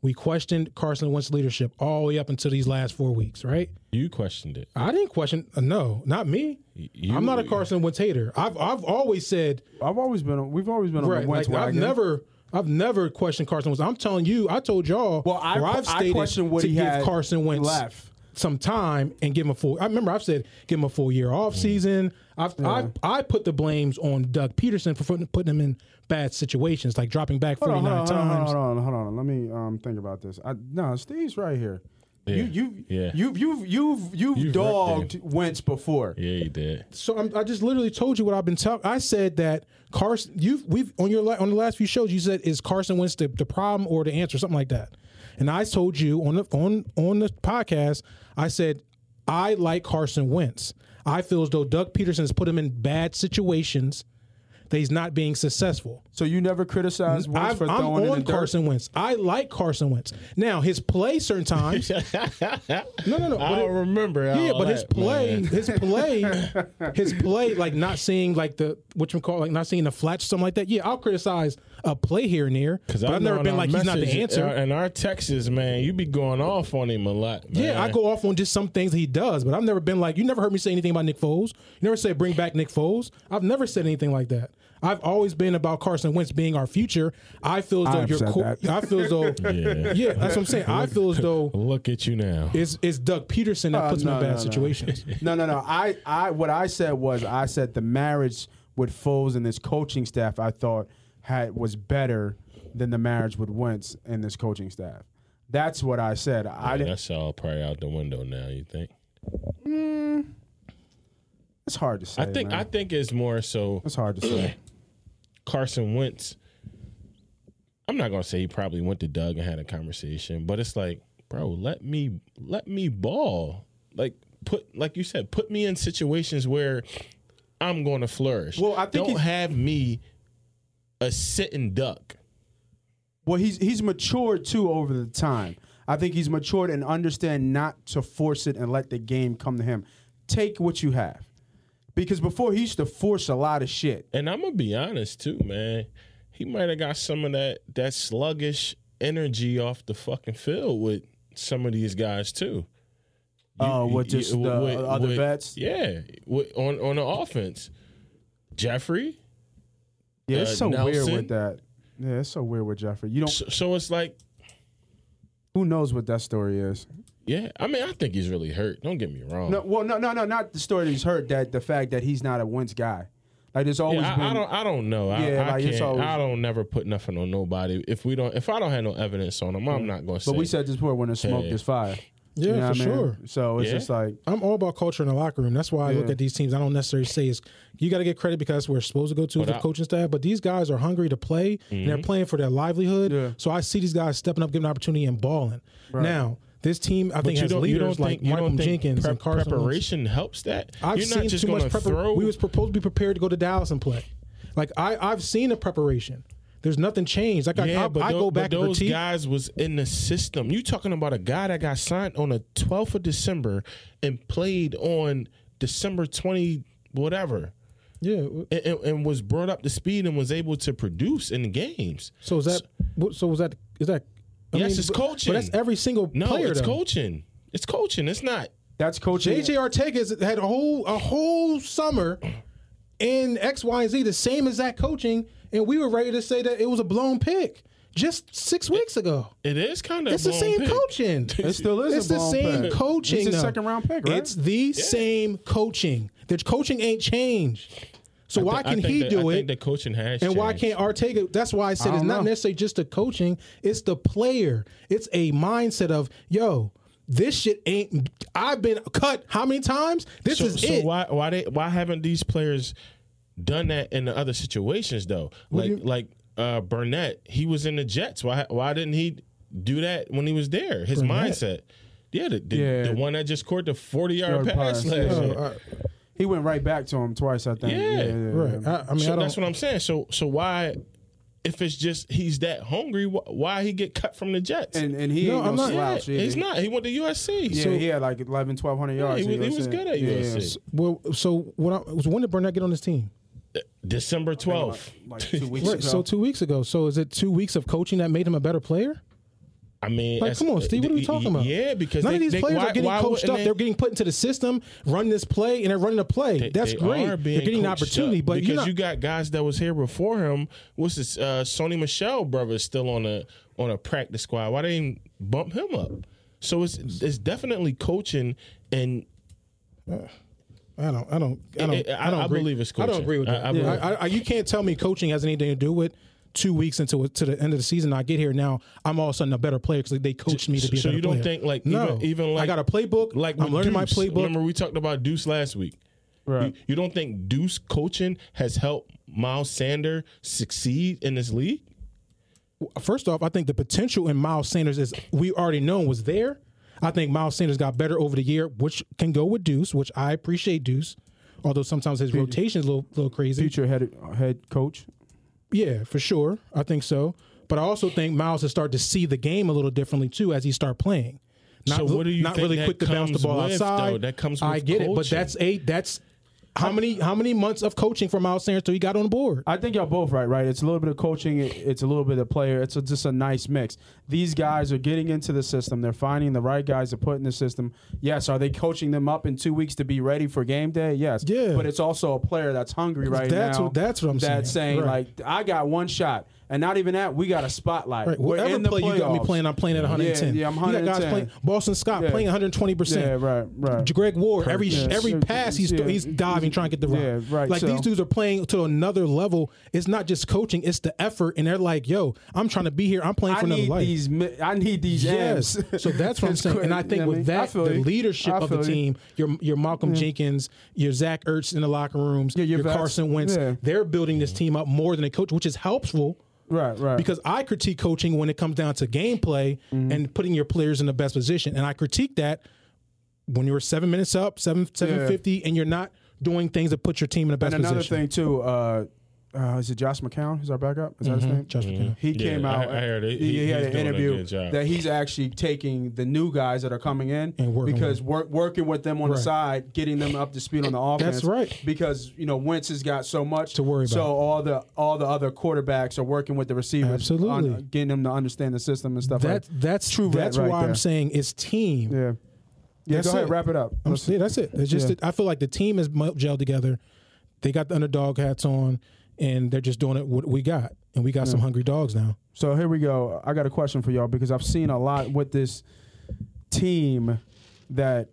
S5: We questioned Carson Wentz's leadership all the way up until these last four weeks, right?
S7: You questioned it.
S5: I didn't question. Uh, no, not me.
S7: You-
S5: I'm not a Carson Wentz hater. I've I've always said
S6: I've always been on. We've always been on
S5: right.
S6: the Wentz
S5: Like, I've
S6: wagon.
S5: never I've never questioned Carson Wentz. I'm telling you, I told y'all.
S6: Well, I-
S5: or I've
S6: I
S5: stated
S6: questioned what
S5: to
S6: he
S5: give
S6: had
S5: Carson Wentz
S6: left.
S5: some time and give him a full. I remember I've said give him a full year off season. I've I I put the blames on Doug Peterson for putting, putting him in bad situations, like dropping back
S6: Hold
S5: 49
S6: on, hold on, hold on,
S5: times.
S6: hold on, hold on. Let me um, think about this. I, no, Steve's right here. You, you,
S7: Yeah.
S6: you've, you've, you've, you've,
S7: You've worked
S6: dogged Wentz before.
S7: Yeah, he did.
S5: So I'm, I just literally told you what I've been telling. I said that Carson, you've we've on your la- on the last few shows, you said is Carson Wentz the, the problem or the answer, something like that. And I told you on the on on the podcast, I said I like Carson Wentz. I feel as though Doug Peterson has put him in bad situations that he's not being successful.
S6: So you never criticized Wentz
S5: I've-
S6: for
S5: I'm
S6: throwing
S5: on
S6: in the
S5: Carson Wentz. I like Carson Wentz. Now his play
S6: [LAUGHS]
S5: certain times. no, no, no.
S7: I
S5: but it-
S7: don't remember.
S5: yeah,
S7: all
S5: but his
S7: that,
S5: play,
S7: man.
S5: his play,
S7: [LAUGHS]
S5: his play, like not seeing like the what you call like not seeing the flat, something like that. Yeah, I'll criticize a play here and there,
S7: Cause
S5: but
S7: I
S5: I've
S7: know
S5: never
S7: in
S5: been
S7: our
S5: like he's not the
S7: message-
S5: answer.
S7: uh, In our Texas, man, you be going off on him a lot. Man.
S5: yeah, I go off on just some things he does, but I've never been like you. Never heard me say anything about Nick Foles. You never said bring back Nick Foles. I've never said anything like that. I've always been about Carson Wentz being our future. I feel as
S6: I
S5: though
S6: have
S5: you're.
S6: said
S5: Co-
S6: that.
S5: I feel
S7: [LAUGHS]
S5: as though.
S7: Yeah.
S5: yeah, that's what I'm saying. I feel as though
S7: [LAUGHS] Look at you now.
S5: it's it's Doug Peterson that
S6: Uh,
S5: puts him
S6: no,
S5: in bad
S6: no, no.
S5: situations.
S6: No, no, no. I, I, what I said was, I said the marriage with Foles and this coaching staff, I thought had was better than the marriage with Wentz and this coaching staff. That's what I said. I
S7: Yeah,
S6: didn't.
S7: that's all probably out the window now. You think?
S6: It's hard to say.
S7: I think.
S6: man.
S7: I think it's more so
S6: It's hard to say.
S7: Carson Wentz. I'm not gonna say he probably went to Doug and had a conversation, but it's like, bro, let me let me ball. Like put like you said, put me in situations where I'm going to flourish.
S6: Well, I think
S7: don't
S6: he's-
S7: have me a sitting duck.
S6: Well, he's he's matured too over the time. I think he's matured and understand not to force it and let the game come to him. Take what you have, because before he used to force a lot of shit.
S7: And I'm gonna be honest too, man. He might have got some of that that sluggish energy off the fucking field with some of these guys too.
S6: Oh,
S7: You-
S6: with
S7: you-
S6: just the other vets?
S7: Yeah, with, on on the offense, Jeffrey.
S6: Yeah, it's
S7: Uh,
S6: so weird
S7: Nelson?
S6: with that. Yeah, it's so weird with Jeffrey. You don't.
S7: So, so it's like,
S6: Who knows what that story is?
S7: yeah. I mean, I think he's really hurt. Don't get me wrong.
S6: No, well, no, no, no, not the story that he's hurt. That the fact that he's not a Wentz guy. Like there's always
S7: yeah, I-
S6: been.
S7: I, don't. I don't know. I,
S6: Yeah,
S7: I
S6: like,
S7: can't.
S6: it's always-
S7: I don't never put nothing on nobody. If we don't, if I don't have no evidence on him, I'm not gonna say.
S6: but we said this before: when there's smoke,
S7: Yeah.
S6: there's fire.
S5: Yeah,
S6: what
S5: for
S6: I mean?
S5: sure.
S6: So it's
S7: Yeah.
S6: just like
S5: I'm all about culture in the locker room. That's why I look
S6: Yeah.
S5: at these teams. I don't necessarily say it's you got to get credit because that's where it's supposed to go to with
S7: But
S5: the
S7: I-
S5: coaching staff. But these guys are hungry to play and
S7: Mm-hmm.
S5: they're playing for their livelihood.
S6: Yeah.
S5: So I see these guys stepping up, giving opportunity, and balling. Now this team, I
S7: But
S5: think,
S7: you
S5: has
S7: don't, you
S5: leaders
S7: don't think,
S5: like
S7: you
S5: Michael
S7: don't think
S5: Jenkins
S7: prep-
S5: and Carson. Wentz.
S7: Preparation helps that.
S5: I've
S7: You're
S5: seen
S7: not just
S5: too much
S7: gonna
S5: prepar-
S7: throw.
S5: We was proposed to be prepared to go to Dallas and play. Like I, I've seen the preparation. There's nothing changed. Like I, I, I
S7: tho-
S5: go back
S7: but
S5: and
S7: those
S5: critique.
S7: guys was in the system. You talking about a guy that got signed on the 12th of December and played on December 20 whatever,
S5: yeah. w-
S7: and, and, and was brought up to speed and was able to produce in the games.
S5: So is that? what- So was that? Is that?
S7: Yes, it's
S5: but-
S7: coaching.
S5: But that's every single
S7: No,
S5: player.
S7: it's
S5: though.
S7: coaching. It's coaching. It's not.
S6: that's coaching.
S5: JJ Ortega's had a whole a whole summer in X, Y, and Z, the same exact coaching, and we were ready to say that it was a blown pick just six weeks ago.
S7: It is kind of.
S5: It's the same coaching.
S6: It still is.
S5: It's
S6: a
S5: the
S6: blown
S5: same
S6: pick.
S5: coaching.
S6: It's a
S5: though.
S6: second round pick, right?
S5: It's the same coaching. The coaching ain't changed. So why can he
S7: the,
S5: do
S7: I
S5: it?
S7: Think the coaching has.
S5: And why
S7: changed.
S5: can't Ortega? That's why I said
S6: I
S5: it's
S6: don't
S5: not
S6: know.
S5: necessarily just the coaching; it's the player. It's a mindset of yo, this shit ain't. I've been cut how many times? This
S7: so,
S5: is
S7: so
S5: it.
S7: why why they why haven't these players done that in the other situations though? Like like uh Burnett, he was in the Jets. Why why didn't he do that when he was there? His mindset. Yeah, the, the,
S6: Yeah.
S7: the one that just caught the forty yard
S6: Yard
S7: pass.
S6: pass,
S7: last
S6: yeah.
S7: year.
S5: Oh, I-
S6: He went right back to him twice. I think.
S7: Yeah.
S5: right. I, I mean,
S7: so
S5: I
S7: that's
S5: don't.
S7: what I'm saying. So so why if it's just he's that hungry, why, why he get cut from the Jets?
S6: And and he
S5: No,
S6: ain't no
S5: I'm not-
S7: yeah,
S6: slouch. either.
S7: he's not. He went to USC.
S6: Yeah,
S7: So-
S6: he had like 11, 1,200 yards.
S7: he
S6: you
S7: was-
S6: know
S7: he
S6: what
S7: was
S6: I'm
S7: good
S6: saying?
S7: at
S6: Yeah,
S7: USC.
S6: yeah.
S5: Well, so when I, so when did Burnett get on this team?
S7: December twelfth.
S6: Like two weeks
S5: Right.
S6: ago.
S5: So two weeks ago. So is it two weeks of coaching that made him a better player?
S7: I mean,
S5: Like,
S7: as-
S5: come on, Steve, what are we talking about?
S7: Yeah, because
S5: none
S7: they,
S5: of these
S7: they-
S5: players
S7: why-
S5: are getting
S7: why
S5: coached
S7: wouldn't
S5: up.
S7: they-
S5: They, are getting put into the system, run this play, and they're running a play.
S7: they-
S5: That's
S7: they
S5: great.
S7: are
S5: They're
S7: being
S5: getting an
S7: coached up
S5: opportunity, but
S7: because
S5: you're not,
S7: you got guys that was here before him. What's this? Uh, Sony Michelle brother is still on a on a practice squad. Why they didn't bump him up? So it's it's definitely coaching and
S5: I don't. I don't. I
S7: I-
S5: don't.
S7: I-
S5: don't
S7: I
S5: agree.
S7: believe it's
S5: I don't
S7: coaching.
S5: agree with
S7: I-
S5: that.
S7: I
S5: I,
S7: believe-
S5: I, I, you can't tell me coaching has anything to do with two weeks into to the end of the season. I get here now. I'm all of a sudden a better player because they coached me to be. a
S7: so
S5: better
S7: you don't
S5: player.
S7: think, like,
S5: no.
S7: even- even,
S5: I
S7: like-
S5: got a playbook.
S7: like
S5: I'm
S7: with
S5: learning my
S7: Deuce.
S5: playbook.
S7: Remember we talked about Deuce last week.
S6: Right.
S7: You, you don't think Deuce coaching has helped Miles Sander succeed in this league?
S5: First off, I think the potential in Miles Sanders is we already known was there. I think Miles Sanders got better over the year, which can go with Deuce, which I appreciate Deuce. Although sometimes his rotation is a little, little crazy.
S6: Future head head coach.
S5: Yeah, for sure. I think so. But I also think Miles has started to see the game a little differently too as he start playing. Not,
S7: So what do you
S5: not
S7: think
S5: really
S7: that
S5: quick to bounce the
S7: comes
S5: ball
S7: with,
S5: outside.
S7: though? That comes
S5: I
S7: with
S5: get it, but
S7: coaching.
S5: that's a that's how many how many months of coaching for Miles Sanders till he got on the board?
S6: I think y'all both right, right? It's a little bit of coaching, it- it's a little bit of player. It's a, just a nice mix. These guys are getting into the system. They're finding the right guys to put in the system. Yes, are they coaching them up in two weeks to be ready for game day? Yes.
S5: Yeah.
S6: But it's also a player that's hungry right
S5: That's
S6: now.
S5: what- that's what I'm saying.
S6: That's saying
S5: Right.
S6: like I got one shot, and not even that. We got a spotlight.
S5: Right.
S6: We're
S5: Whatever
S6: in the
S5: play you got me
S6: playoffs.
S5: playing, I'm playing at 110.
S6: Yeah, yeah, I'm
S5: You got guys
S6: 110.
S5: playing Boston Scott
S6: Yeah.
S5: playing 120.
S6: Yeah,
S5: percent
S6: right, right.
S5: Greg Ward every
S6: Yeah.
S5: every
S6: Yeah.
S5: pass he's
S6: Yeah.
S5: he's diving trying to get the rock.
S6: Yeah, right,
S5: Like
S6: so-
S5: these dudes are playing to another level. It's not just coaching; it's the effort, and they're like, "Yo, I'm trying to be here. I'm playing
S6: I
S5: for another
S6: need
S5: life."
S6: these. mi- I need these.
S5: Yes. [LAUGHS]
S6: M's.
S5: So that's what I'm
S6: It's
S5: saying. And I
S6: crazy.
S5: think
S6: You know
S5: with
S6: what I mean? I
S5: that,
S6: feel
S5: the
S6: you.
S5: leadership
S6: I
S5: of the
S6: feel you.
S5: team, your your Malcolm Jenkins, your Zach Ertz in the locker rooms,
S6: Yeah,
S5: your,
S6: your vets.
S5: Carson Wentz,
S6: Yeah.
S5: they're building this team up more than a coach, which is helpful.
S6: Right, right.
S5: Because I critique coaching when it comes down to gameplay
S6: Mm-hmm.
S5: and putting your players in the best position. And I critique that when you're seven minutes up, seven seven fifty, and you're not doing things that put your team in the best
S6: And another
S5: position.
S6: thing too, uh, uh, is it Josh McCown? Is our backup? Is that his name?
S5: Josh McCown.
S6: He
S7: Yeah,
S6: came
S7: I-
S6: out.
S7: I heard it.
S6: He,
S7: He-
S6: he had
S7: he's
S6: an
S7: doing a
S6: interview
S7: good job.
S6: that he's actually taking the new guys that are coming in
S5: And working
S6: because
S5: with
S6: work, working with them on
S5: Right.
S6: the side, getting them up to speed on the offense.
S5: That's right.
S6: Because you know Wentz has got so much
S5: To worry
S6: So
S5: about.
S6: all the all the other quarterbacks are working with the receivers,
S5: Absolutely.
S6: on- getting them to understand the system and stuff.
S5: That
S6: like
S5: that's true.
S6: vet
S5: That's
S6: right
S5: why I'm
S6: there.
S5: saying it's team.
S6: yeah, yeah.
S5: That's
S6: go ahead,
S5: it.
S6: wrap it up.
S5: I'm, yeah, that's it. It's just
S6: Yeah.
S5: that I feel like the team is mo- gelled together. They got the underdog hats on, and they're just doing it what we got, and we got some hungry dogs now.
S6: So here we go. I got a question for y'all because I've seen a lot with this team that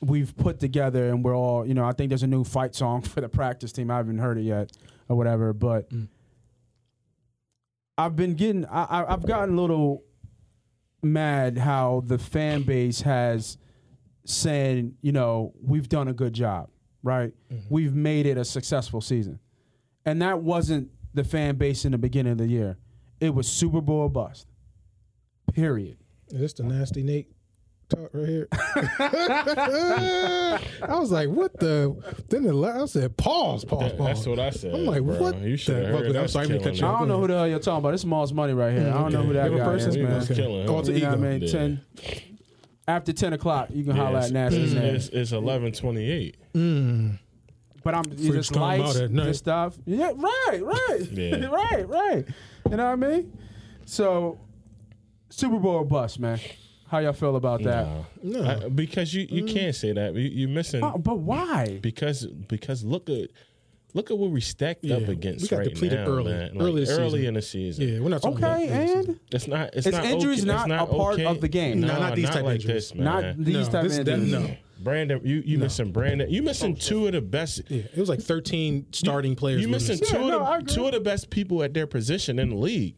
S6: we've put together, and we're all, you know, I think there's a new fight song [LAUGHS] for the practice team. I haven't heard it yet or whatever, but I've been getting, I, I, I've gotten a little mad how the fan base has saying, you know, we've done a good job, right? We've made it a successful season. And that wasn't the fan base in the beginning of the year. It was Super Bowl bust. Period.
S5: This the nasty Nate talk right [LAUGHS] here. I was like, what the? Then the la- I said, pause, pause, pause.
S7: That's what I said.
S5: I'm like,
S7: bro.
S5: what
S7: You should
S5: the
S7: have
S5: fuck?
S7: heard.
S5: I'm
S7: us
S5: sorry, I'm gonna
S7: killing
S5: cut
S6: I
S5: you
S7: them.
S5: off.
S6: don't know who the hell you're talking about. It's Moss Money right here. I don't know who that
S5: Different
S6: guy
S5: person?
S6: is,
S7: We
S6: man.
S7: was killing him.
S5: Alter
S6: You know what I
S5: ego.
S6: mean?
S7: Yeah.
S6: Ten after ten o'clock, you can
S7: Yeah,
S6: holler
S7: it's,
S6: at Nasty's
S7: it's,
S6: name.
S7: it's, it's eleven twenty eight.
S6: But I'm it's just
S5: come
S6: lights,
S5: out at night.
S6: just stuff. Yeah, right, right, [LAUGHS]
S7: Yeah.
S6: right, right. You know what I mean? So, Super Bowl bust, man. How y'all feel about that?
S5: No. Mm.
S7: I- because you, you can't say that. You, you're missing
S6: Oh, but why?
S7: because because look at look at what we stacked up
S5: Yeah,
S7: against.
S5: we got
S7: right
S5: depleted
S7: now,
S5: early.
S7: man.
S5: Early
S7: Like,
S5: this
S7: early
S5: season.
S7: in the season.
S5: Yeah, we're not talking
S6: Okay,
S5: about this.
S6: and
S7: It's not. It's,
S6: Is
S7: not.
S6: injuries
S7: okay.
S6: not
S7: it's
S6: a
S7: not
S6: part
S7: okay.
S6: of the game?
S7: No,
S5: No, not
S7: not
S5: these type
S7: like
S5: injuries.
S7: this, man.
S6: not
S5: No,
S6: these type
S5: this-
S6: of
S5: that-
S6: injuries.
S5: no.
S7: Brandon, you you missing Brandon? You missing
S6: Oh,
S7: two of the best.
S5: Yeah, it was like 13 starting players.
S7: You
S5: were
S7: missing
S5: missing.
S7: two
S6: Yeah, no, I
S7: of
S6: agree.
S7: the two of the best people at their position in the league.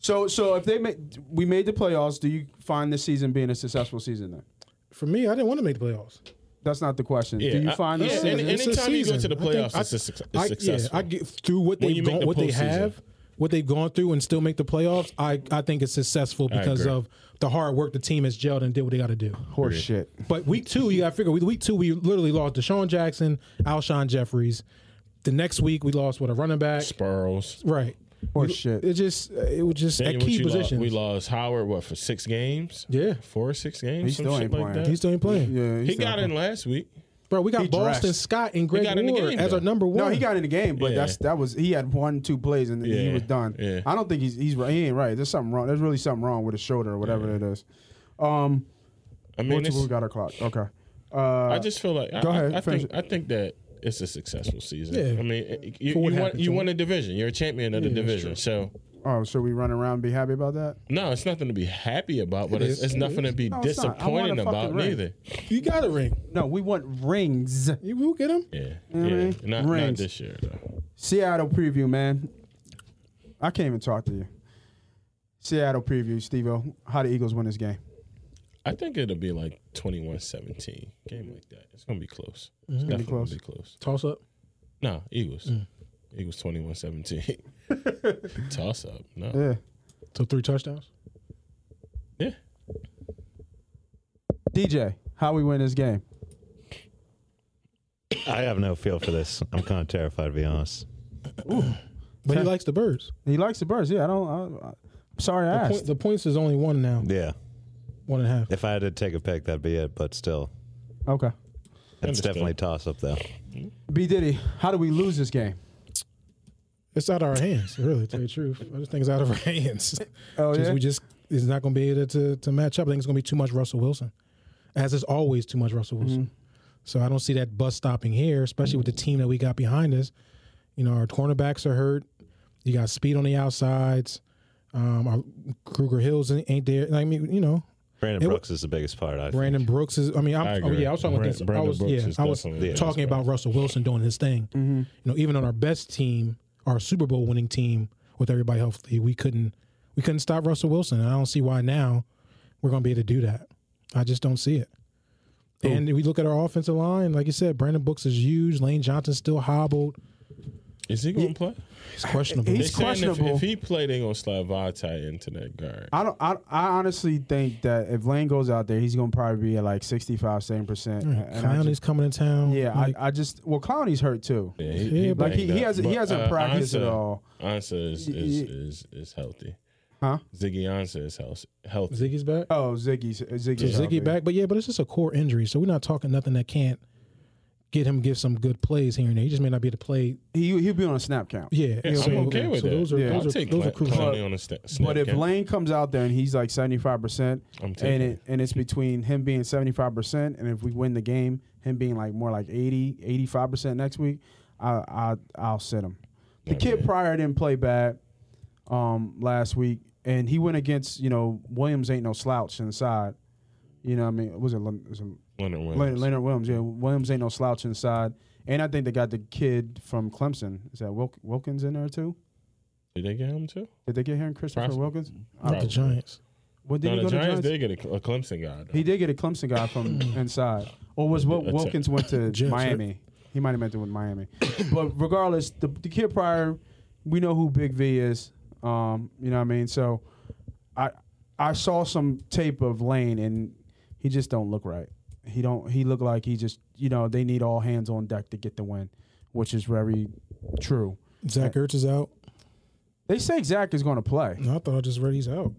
S6: So, so if they made, we made the playoffs. Do you find this season being a successful season? Then
S5: For me, I didn't want to make the playoffs.
S6: that's not the question.
S7: Yeah,
S6: do you
S7: I-
S6: find
S7: yeah,
S6: this
S7: and-
S6: season?
S7: and-
S5: It's a
S7: Anytime you go
S5: season.
S7: to the
S5: I think
S7: playoffs, it's a suc- it's
S5: I,
S7: successful.
S5: Yeah, I get through what
S7: When
S5: they've
S7: you make
S5: gone,
S7: the
S5: what they
S7: postseason.
S5: have, what they've gone through, and still make the playoffs. I, I think it's successful because
S7: agree.
S5: of the hard work the team has gelled and did what they got to do.
S6: horse shit.
S5: But week two, you got to figure. we- Week two, we literally lost Deshaun Jackson, Alshon Jeffries. The next week, we lost what a running back,
S7: Sparrows.
S5: right?
S6: Or
S5: You-
S6: shit.
S5: It just it was just
S7: Then
S5: at
S7: what
S5: key
S7: you lost-
S5: positions.
S7: we lost Howard what for six games?
S5: Yeah.
S7: four or six games.
S6: He
S7: some
S6: still
S7: shit
S6: ain't
S7: like
S6: playing.
S7: that.
S5: He still ain't playing.
S6: Yeah,
S7: he got in last week.
S5: Bro, we got
S6: He
S5: Boston
S6: dressed.
S5: Scott and Greg
S7: got in the
S5: Ward
S7: game,
S5: as
S7: though.
S5: our number one.
S6: No, he got in the game, but
S7: Yeah.
S6: that's that was he had one two plays and he
S7: Yeah,
S6: was done.
S7: yeah.
S6: I don't think he's he's right. He ain't right. There's something wrong. There's really something wrong with his shoulder or whatever it is. Um,
S7: I
S6: I mean,
S7: mean, it's,
S6: we got our clock. Okay. Uh,
S7: I just feel like I,
S6: Go ahead,
S7: I, I
S6: finish
S7: think I think that it's a successful season.
S5: Yeah.
S7: I mean, you,
S5: For what
S7: you won
S5: happened
S7: you
S5: to
S7: won a division. You're a champion of the
S5: Yeah, that's
S7: division. So
S6: oh, should we run around and be happy about that?
S7: no, it's nothing to be happy about, but
S5: It
S7: it's,
S5: is.
S7: it's
S5: It
S7: nothing
S5: is.
S7: to be
S6: No, it's not. I want a
S7: disappointed about
S6: fucking ring.
S7: neither.
S5: you got a ring.
S6: No, we want rings.
S5: You will get him.
S7: Yeah,
S6: what I
S7: yeah.
S6: mean?
S7: Not, not
S6: Rings.
S7: this year though.
S6: Seattle preview, man. I can't even talk to you. Seattle preview, Steve How the Eagles win this game?
S7: I think it'll be like 21-17 game like that. It's gonna be close. It's
S6: gonna be close.
S7: definitely
S6: Mm.
S7: Gonna be close.
S5: Toss up.
S7: No, Eagles.
S6: [LAUGHS]
S7: Eagles 21-17. Toss up. No. Yeah.
S6: Yeah.
S5: So three touchdowns.
S6: DJ, how we win this game?
S8: I have no feel for this. I'm kind of terrified, to be honest.
S5: But he likes the birds.
S6: He likes the birds. Yeah, I don't. I, I'm sorry, I
S5: The,
S6: asked.
S5: point, the points is only one now.
S8: Yeah.
S5: One and a half.
S8: If I had to take a pick, that'd be it. But still,
S6: okay.
S8: it's
S7: Understood.
S8: definitely toss up though.
S6: B Diddy, how do we lose this game?
S5: It's out of our hands, really, to tell you the truth. I just think it's out of our [LAUGHS] hands.
S6: Oh
S5: Just-
S6: yeah.
S5: We just is not going to be able to, to match up. I think it's going to be too much Russell Wilson, as is always too much Russell Wilson. So I don't see that bus stopping here, especially with the team that we got behind us. You know, our cornerbacks are hurt. You got speed on the outsides. Um, our Kruger Hills ain't ain't there. I mean, you know,
S8: Brandon
S5: It wa-
S8: Brooks is the biggest part. I think.
S5: Brandon Brooks is. I mean, I'm,
S7: I
S5: oh
S7: agree.
S5: yeah, I was talking
S7: Brand-
S5: about this. I
S7: Brandon
S5: was,
S7: Brooks
S5: yeah,
S7: is
S5: I was
S7: definitely the
S5: talking
S7: best
S5: about Russell Wilson doing his thing. You know, even on our best team, our Super Bowl winning team, with everybody healthy, we couldn't we couldn't stop Russell Wilson. And I don't see why now we're going to be able to do that. I just don't see it. And we look at our offensive line, like you said, Brandon Brooks is huge. Lane Johnson's still hobbled.
S7: Is he gonna play?
S5: It's questionable.
S7: They
S6: He's
S7: saying if- If,
S6: questionable.
S7: he play, they gonna slide Vitae into that guard.
S6: I don't. I, I honestly think that if Lane goes out there, he's gonna probably be at like 65, 70 percent.
S5: Clowney's coming in town.
S6: Yeah,
S5: Like,
S6: I, I just well, Clowney's hurt too.
S7: Yeah, he, he
S5: Yeah, but-
S6: Like he,
S7: banged
S6: he
S7: up.
S6: hasn't he
S7: But,
S6: hasn't
S7: uh,
S6: practiced at
S7: Ansa-
S6: all.
S7: Ansa is
S6: Y-
S7: is,
S6: y-
S7: is is healthy.
S6: Huh?
S7: Ziggy Ansa is health, healthy.
S5: Ziggy's back.
S6: Oh, Ziggy's Ziggy.
S5: So Ziggy back, but Uh, yeah, but it's just a core injury, so we're not talking nothing that can't get him give some good plays here and there. He just may not be able to play.
S6: He he'll be on a snap count.
S5: Yeah,
S7: Yeah,
S5: so,
S7: I'm okay with
S5: so
S7: that.
S5: Those are
S6: Yeah.
S5: those
S7: I'll
S5: are,
S7: take
S5: those are
S7: Clown-
S5: crucial.
S7: Clowney on the sta- snap
S6: But if
S7: count.
S6: Lane comes out there and he's like seventy five percent,
S7: I'm taking
S6: and
S7: it.
S6: it and it's between him being seventy five percent, and if we win the game, him being like more like 80, 85 percent next week, I I I'll send him. The kid Pryor didn't play bad um, last week, and he went against you know Williams ain't no slouch inside. You know what I mean? Was it, Lem- was it
S7: Leonard Williams.
S6: Leonard, Leonard Williams. Yeah, Williams ain't no slouch inside. And I think they got the kid from Clemson. Is that Wilk- Wilkins in there too?
S7: Did they get him too?
S6: Did they get him Christopher
S7: Probably.
S6: Wilkins?
S5: Not the
S7: Probably.
S5: Giants.
S6: What did
S7: Mm-hmm. no,
S6: he
S7: the
S6: go
S7: Giants
S6: to Giants?
S7: did get a, Cle- a Clemson guy. though.
S6: He did get a Clemson guy
S7: [COUGHS]
S6: from inside, or was Wil-
S7: That's it.
S6: Wilkins went to
S5: Jets, right?
S6: Miami? He might have meant to with Miami, but regardless, the, the kid Pryor, we know who Big V is. Um, you know what I mean? So, I I saw some tape of Lane, and he just don't look right. He don't. He look like he just. You know, they need all hands on deck to get the win, which is very true.
S5: Zach Ertz is out.
S6: They say Zach is going to play.
S5: No, I thought I just read he's out.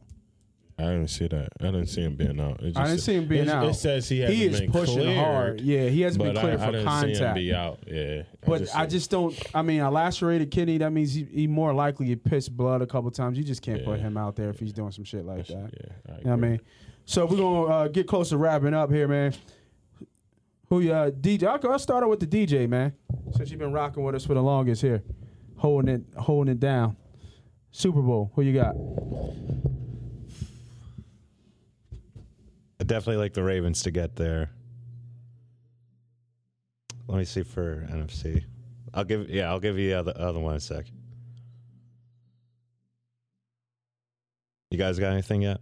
S7: I didn't see that. I didn't see him being out. It just,
S6: I didn't see him being
S7: it,
S6: out.
S7: It says he hasn't
S6: He is
S7: been
S6: pushing
S7: cleared,
S6: hard. Yeah, he hasn't
S7: but
S6: been cleared for
S7: I, I didn't
S6: contact.
S7: see him be out. Yeah,
S6: But I just don't. I mean, a lacerated kidney. That means he, he more likely you piss blood a couple times. You just can't put him out there if he's doing some shit like that.
S7: yeah. I
S6: You know what I
S7: agree.
S6: mean, so we're gonna uh, get close to wrapping up here, man. Who you uh, DJ? I'll, go- I'll start out with the DJ, man. Since you've been rocking with us for the longest here, holding it, holding it down. Super Bowl. Who you got?
S8: I definitely like the Ravens to get there. Let me see for NFC. I'll give yeah, I'll give you the other, other one in a sec. You guys got anything yet?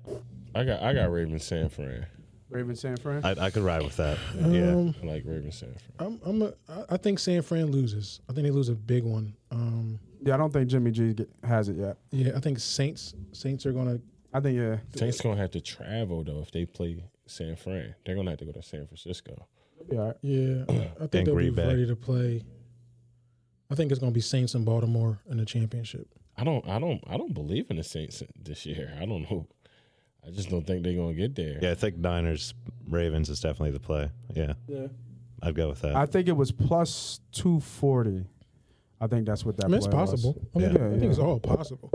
S7: I got I got Raven San Fran.
S6: Raven San Fran.
S8: I, I could ride with that. Yeah.
S7: I like Raven San Fran.
S5: I'm, I'm a, I- I think San Fran loses. I think they lose a big one. Um,
S6: Yeah, I don't think Jimmy G get, has it yet.
S5: yeah, I think Saints Saints are going to.
S6: I think yeah.
S7: Saints gonna have to travel though if they play San Fran. They're gonna have to go to San Francisco.
S6: Yeah, all right.
S5: Yeah, I think
S8: And
S5: they'll be
S8: Green Bay.
S5: ready to play. I think it's going to be Saints and Baltimore in the championship.
S7: I don't I don't I don't believe in the Saints this year. I don't know. I just don't think they're gonna get there.
S8: Yeah, I think Niners Ravens is definitely the play. Yeah.
S6: Yeah.
S8: I'd go with that.
S6: I think it was plus two forty. I think that's what that.
S5: I mean, it's
S6: play was.
S5: possible. I mean, I think it's all possible.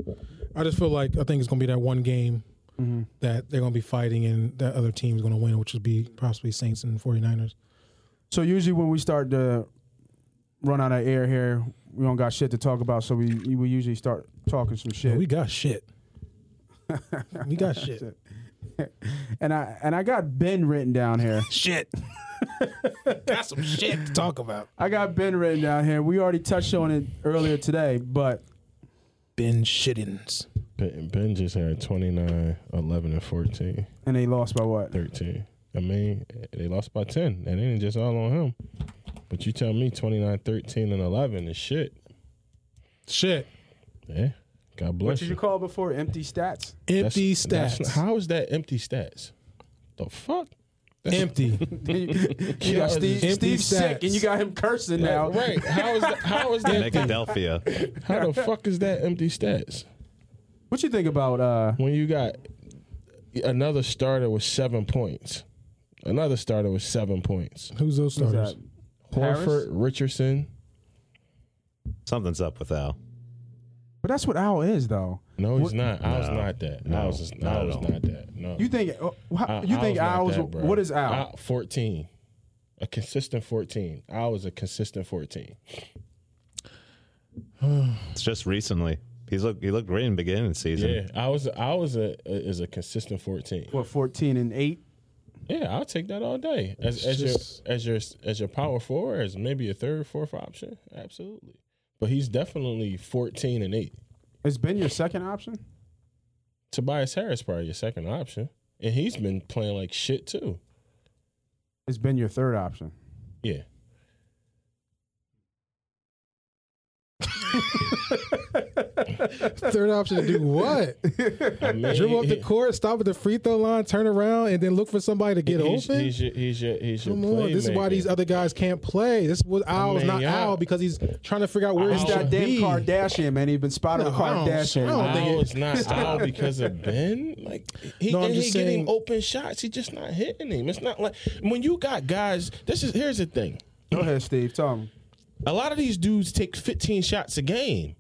S5: I just feel like I think it's going to be that one game
S7: Mm-hmm.
S5: that they're going to be fighting and that other team's going to win, which would be possibly Saints and 49ers.
S6: So usually when we start to run out of air here, we don't got shit to talk about, so we we usually start talking some shit.
S5: we got
S7: [LAUGHS]
S5: shit. we got shit.
S6: and I and I got Ben written down here.
S7: [LAUGHS]
S5: Shit. got some shit to talk about.
S6: I got Ben written down here. We already touched on it earlier today, but
S5: Ben shittins.
S7: Ben, ben just had 29, 11, and 14,
S6: and they lost by what?
S7: 13. I mean, they lost by 10, and it ain't just all on him. But you tell me 29, 13, and 11 is shit.
S5: Shit.
S7: Yeah. God
S6: What
S7: bless
S6: did
S7: you.
S6: you call it before? Empty stats. [LAUGHS]
S7: That's-
S5: Empty
S7: that's
S5: stats.
S7: not- how is that empty stats? The fuck? [LAUGHS]
S5: Empty.
S6: you you
S7: Yeah,
S6: got Steve,
S5: empty
S6: Steve sick,
S5: stats.
S6: and you got him cursing now.
S7: Right. How is that? How [LAUGHS] is that? empty?
S8: Philadelphia.
S7: How the fuck is that empty stats?
S6: What you think about? uh
S7: When you got another starter with seven points, another starter with seven points,
S5: Who's those
S6: who's
S5: starters?
S6: that? Harris?
S7: Horford, Richardson.
S8: Something's up with Al.
S6: But that's what Al is, though.
S7: No, he's
S6: What-
S7: not. I was
S8: No.
S7: not that. I
S8: No,
S7: was just,
S8: not
S7: I
S8: at
S7: was
S8: all.
S7: not that. No.
S6: You think? uh, how-
S7: I-
S6: you
S7: I
S6: think
S7: was not
S6: Al was?
S7: that, bro.
S6: what is Al?
S7: I- Fourteen. A consistent fourteen. I was a consistent fourteen.
S8: It's just recently. He's look. He looked great in the beginning of the season.
S7: Yeah, I was. I was a, a is a consistent fourteen.
S6: What fourteen and eight?
S7: Yeah, I'll take that all day as as
S5: just-
S7: your as your as your power forward, as maybe a third, fourth option. Absolutely, but he's definitely fourteen and eight.
S6: It's been your second option.
S7: Tobias Harris probably your second option, and he's been playing like shit too.
S6: It's been your third option.
S7: Yeah,
S5: Third option to
S7: [LAUGHS]
S5: do what?
S7: I mean,
S5: Dribble up
S7: he-
S5: the court, stop at the free throw line, turn around, and then look for somebody to get
S7: he's,
S5: open.
S7: He's your he's your he's your
S5: Come on, this is why
S7: playmaker.
S5: these other guys can't play. This was Al's
S7: mean,
S5: not
S7: y'all-
S5: Al because he's trying to figure out where
S6: It's
S5: he
S7: Al
S6: that
S5: should
S6: damn
S5: be.
S6: Kardashian, man. He's been spotted with
S5: No, I don't- I
S6: Kardashian.
S5: don't think
S7: Al is not Al because of Ben. Like he,
S5: No, I'm
S7: and he
S5: just saying-
S7: getting open shots. He's just not hitting him. It's not like when you got guys. This is here's the thing.
S6: Go ahead, Steve. Tell him.
S7: a lot of these dudes take 15 shots a game.